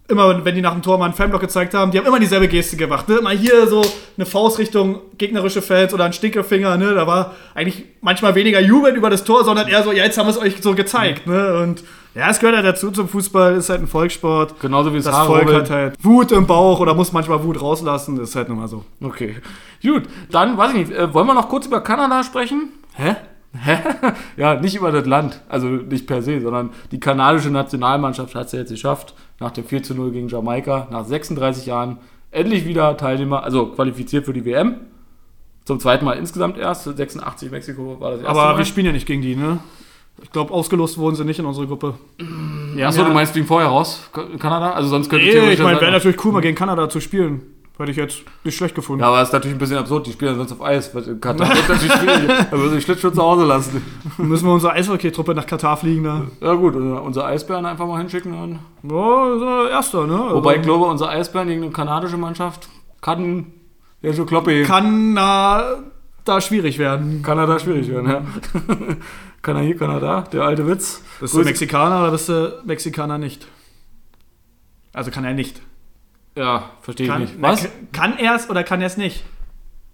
B: immer, wenn die nach dem Tor mal einen Fanblock gezeigt haben, die haben immer dieselbe Geste gemacht. Ne? Immer hier so eine Faust Richtung gegnerische Fans oder ein Stinkefinger. Ne? Da war eigentlich manchmal weniger Jubel über das Tor, sondern eher so, ja, jetzt haben wir es euch so gezeigt. Ne? Und ja, es gehört halt dazu zum Fußball, ist halt ein Volkssport.
A: Genauso wie es
B: Das Volk
A: Haarrobbeln.
B: hat halt Wut im Bauch oder muss manchmal Wut rauslassen, ist halt nun mal so.
A: Okay. Gut, dann weiß ich nicht, äh, wollen wir noch kurz über Kanada sprechen? Hä? Hä? ja, nicht über das Land, also nicht per se, sondern die kanadische Nationalmannschaft hat es ja jetzt geschafft, nach dem 4 zu 0 gegen Jamaika, nach 36 Jahren, endlich wieder Teilnehmer, also qualifiziert für die WM. Zum zweiten Mal insgesamt erst, 86 Mexiko war das erste
B: Aber
A: Mal.
B: wir spielen ja nicht gegen die, ne? Ich glaube, ausgelost wurden sie nicht in unsere Gruppe. Ja,
A: Achso, du meinst wegen vorher raus, Ka- Kanada? Also sonst könnte
B: Nee, ich meine, wäre
A: sein-
B: natürlich cool, mal gegen Kanada zu spielen. Hätte ich jetzt nicht schlecht gefunden.
A: Ja, aber ist natürlich ein bisschen absurd, die spielen ja sonst auf Eis. weil Katar wird natürlich schwierig, da müssen die Schlittschuh zu Hause lassen.
B: Dann müssen wir unsere Eishockey-Truppe nach Katar fliegen, ne?
A: Ja gut, unser unser Eisbären einfach mal hinschicken. Und
B: Ja, ist ja erster, ne? Also,
A: Wobei ich glaube, unser Eisbären gegen eine kanadische Mannschaft kann ja schon Kloppe heben.
B: kann na, da schwierig werden.
A: Kanada schwierig werden, ja. kann er hier, kann er da, der alte Witz.
B: Bist
A: Grüß-
B: du Mexikaner oder bist du Mexikaner nicht? Also kann er nicht.
A: Ja, verstehe ich
B: Kann,
A: nicht. Was?
B: Na, kann er es oder kann er es nicht?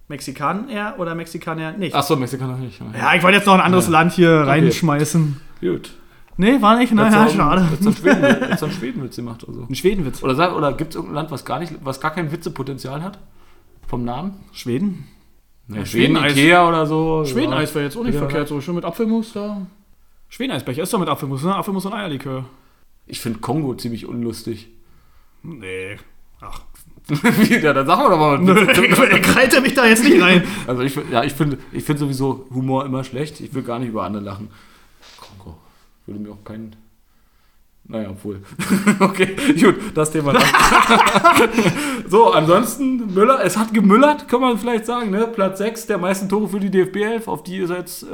B: Mexikan er oder Mexikaner nicht?
A: Achso, Mexikaner nicht. Ja,
B: Ja, ich wollte jetzt noch ein anderes
A: Ah. Ja.
B: Land hier reinschmeißen.
A: gut.
B: Nee, war nicht? Nein,
A: Hättest du
B: ja,
A: auch-
B: schade.
A: hättest du einen Schweden- hättest du einen Schwedenwitz gemacht oder so.
B: Ein Schwedenwitz.
A: Oder, sag- oder gibt es irgendein Land, was gar, nicht, was gar kein Witzepotenzial hat? Vom Namen?
B: Schweden?
A: Ja,
B: Schweden-Eis.
A: Ikea oder so.
B: Schwedeneis wäre jetzt auch nicht
A: Ja.
B: verkehrt, so schön mit Apfelmus da. Schwedeneisbecher ist doch mit Apfelmus, ne? Apfelmus und Eierlikör.
A: Ich finde Kongo ziemlich unlustig.
B: Nee. Ach.
A: ja, dann sagen wir doch mal. was.
B: ich reite mich da jetzt nicht rein.
A: Also ich, find- ja, ich finde ich find sowieso Humor immer schlecht. Ich will gar nicht über andere lachen. Kongo. Würde mir auch keinen. Naja, obwohl. okay, gut, das Thema. lassen. so, ansonsten, Müller, es hat gemüllert, kann man vielleicht sagen, ne? Platz 6 der meisten Tore für die DFB 11, auf die ist jetzt äh,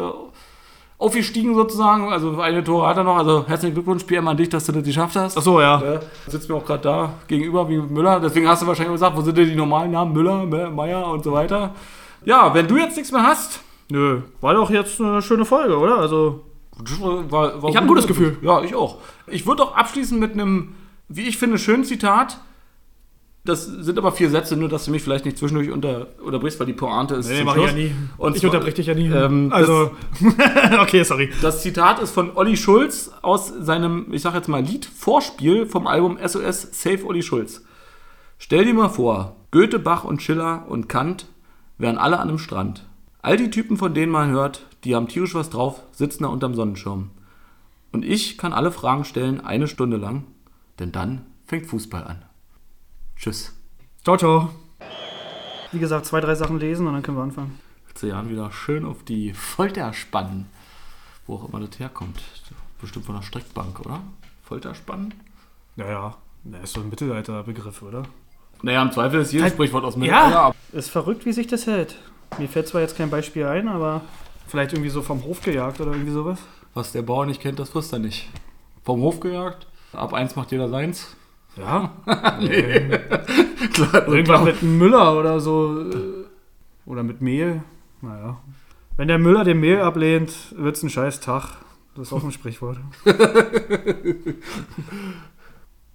A: aufgestiegen sozusagen. Also eine Tore hat er noch. Also herzlichen Glückwunsch, PM, an dich, dass du das geschafft hast.
B: Achso, ja.
A: Ja, sitzt mir auch gerade da gegenüber wie Müller. Deswegen hast du wahrscheinlich gesagt, wo sind denn die normalen Namen? Müller, Me- Meier und so weiter. Ja, wenn du jetzt nichts mehr hast,
B: Nö, war doch jetzt eine schöne Folge, oder? Also,
A: war, war
B: Ich hab ein gutes Gefühl.
A: Ja, ich auch. Ich würde auch abschließen mit einem, wie ich finde, schönen Zitat. Das sind aber vier Sätze, nur dass du mich vielleicht nicht zwischendurch unter, unterbrichst, weil die Pointe ist. zum
B: mach ich
A: Schluss.
B: ja nie.
A: Und
B: ich
A: zwar-
B: unterbreche dich ja nie.
A: Ähm,
B: also, okay, sorry.
A: Das Zitat ist von Olli Schulz aus seinem, ich sag jetzt mal, Lied Vorspiel vom Album SOS Save Olli Schulz. Stell dir mal vor, Goethe, Bach und Schiller und Kant wären alle an einem Strand. All die Typen, von denen man hört, die haben tierisch was drauf, sitzen da unterm Sonnenschirm. Und ich kann alle Fragen stellen, eine Stunde lang, denn dann fängt Fußball an. Tschüss.
B: Ciao, ciao. Wie gesagt, zwei, drei Sachen lesen und dann können wir anfangen.
A: Zu Jahren wieder schön auf die Folter spannen. Wo auch immer das herkommt. Bestimmt von der Streckbank, oder? Folter spannen?
B: Naja, das ist so ein Mittelalterbegriff, oder?
A: Naja, im Zweifel ist jedes
B: Halt-
A: Sprichwort aus dem
B: Ja.
A: Mittelalter. ab-
B: Ist verrückt, wie sich das hält. Mir fällt zwar jetzt kein Beispiel ein, aber vielleicht irgendwie so vom Hof gejagt oder irgendwie sowas.
A: Was der Bauer nicht kennt, das frisst er nicht. Vom Hof gejagt, ab eins macht jeder seins.
B: Ja,
A: Klar,
B: irgendwas mit Müller oder so. äh, Oder mit Mehl. Naja. Wenn der Müller den Mehl ablehnt, wird's ein scheiß Tag. Das ist auch ein Sprichwort.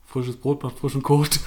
A: Frisches Brot macht frischen Kot.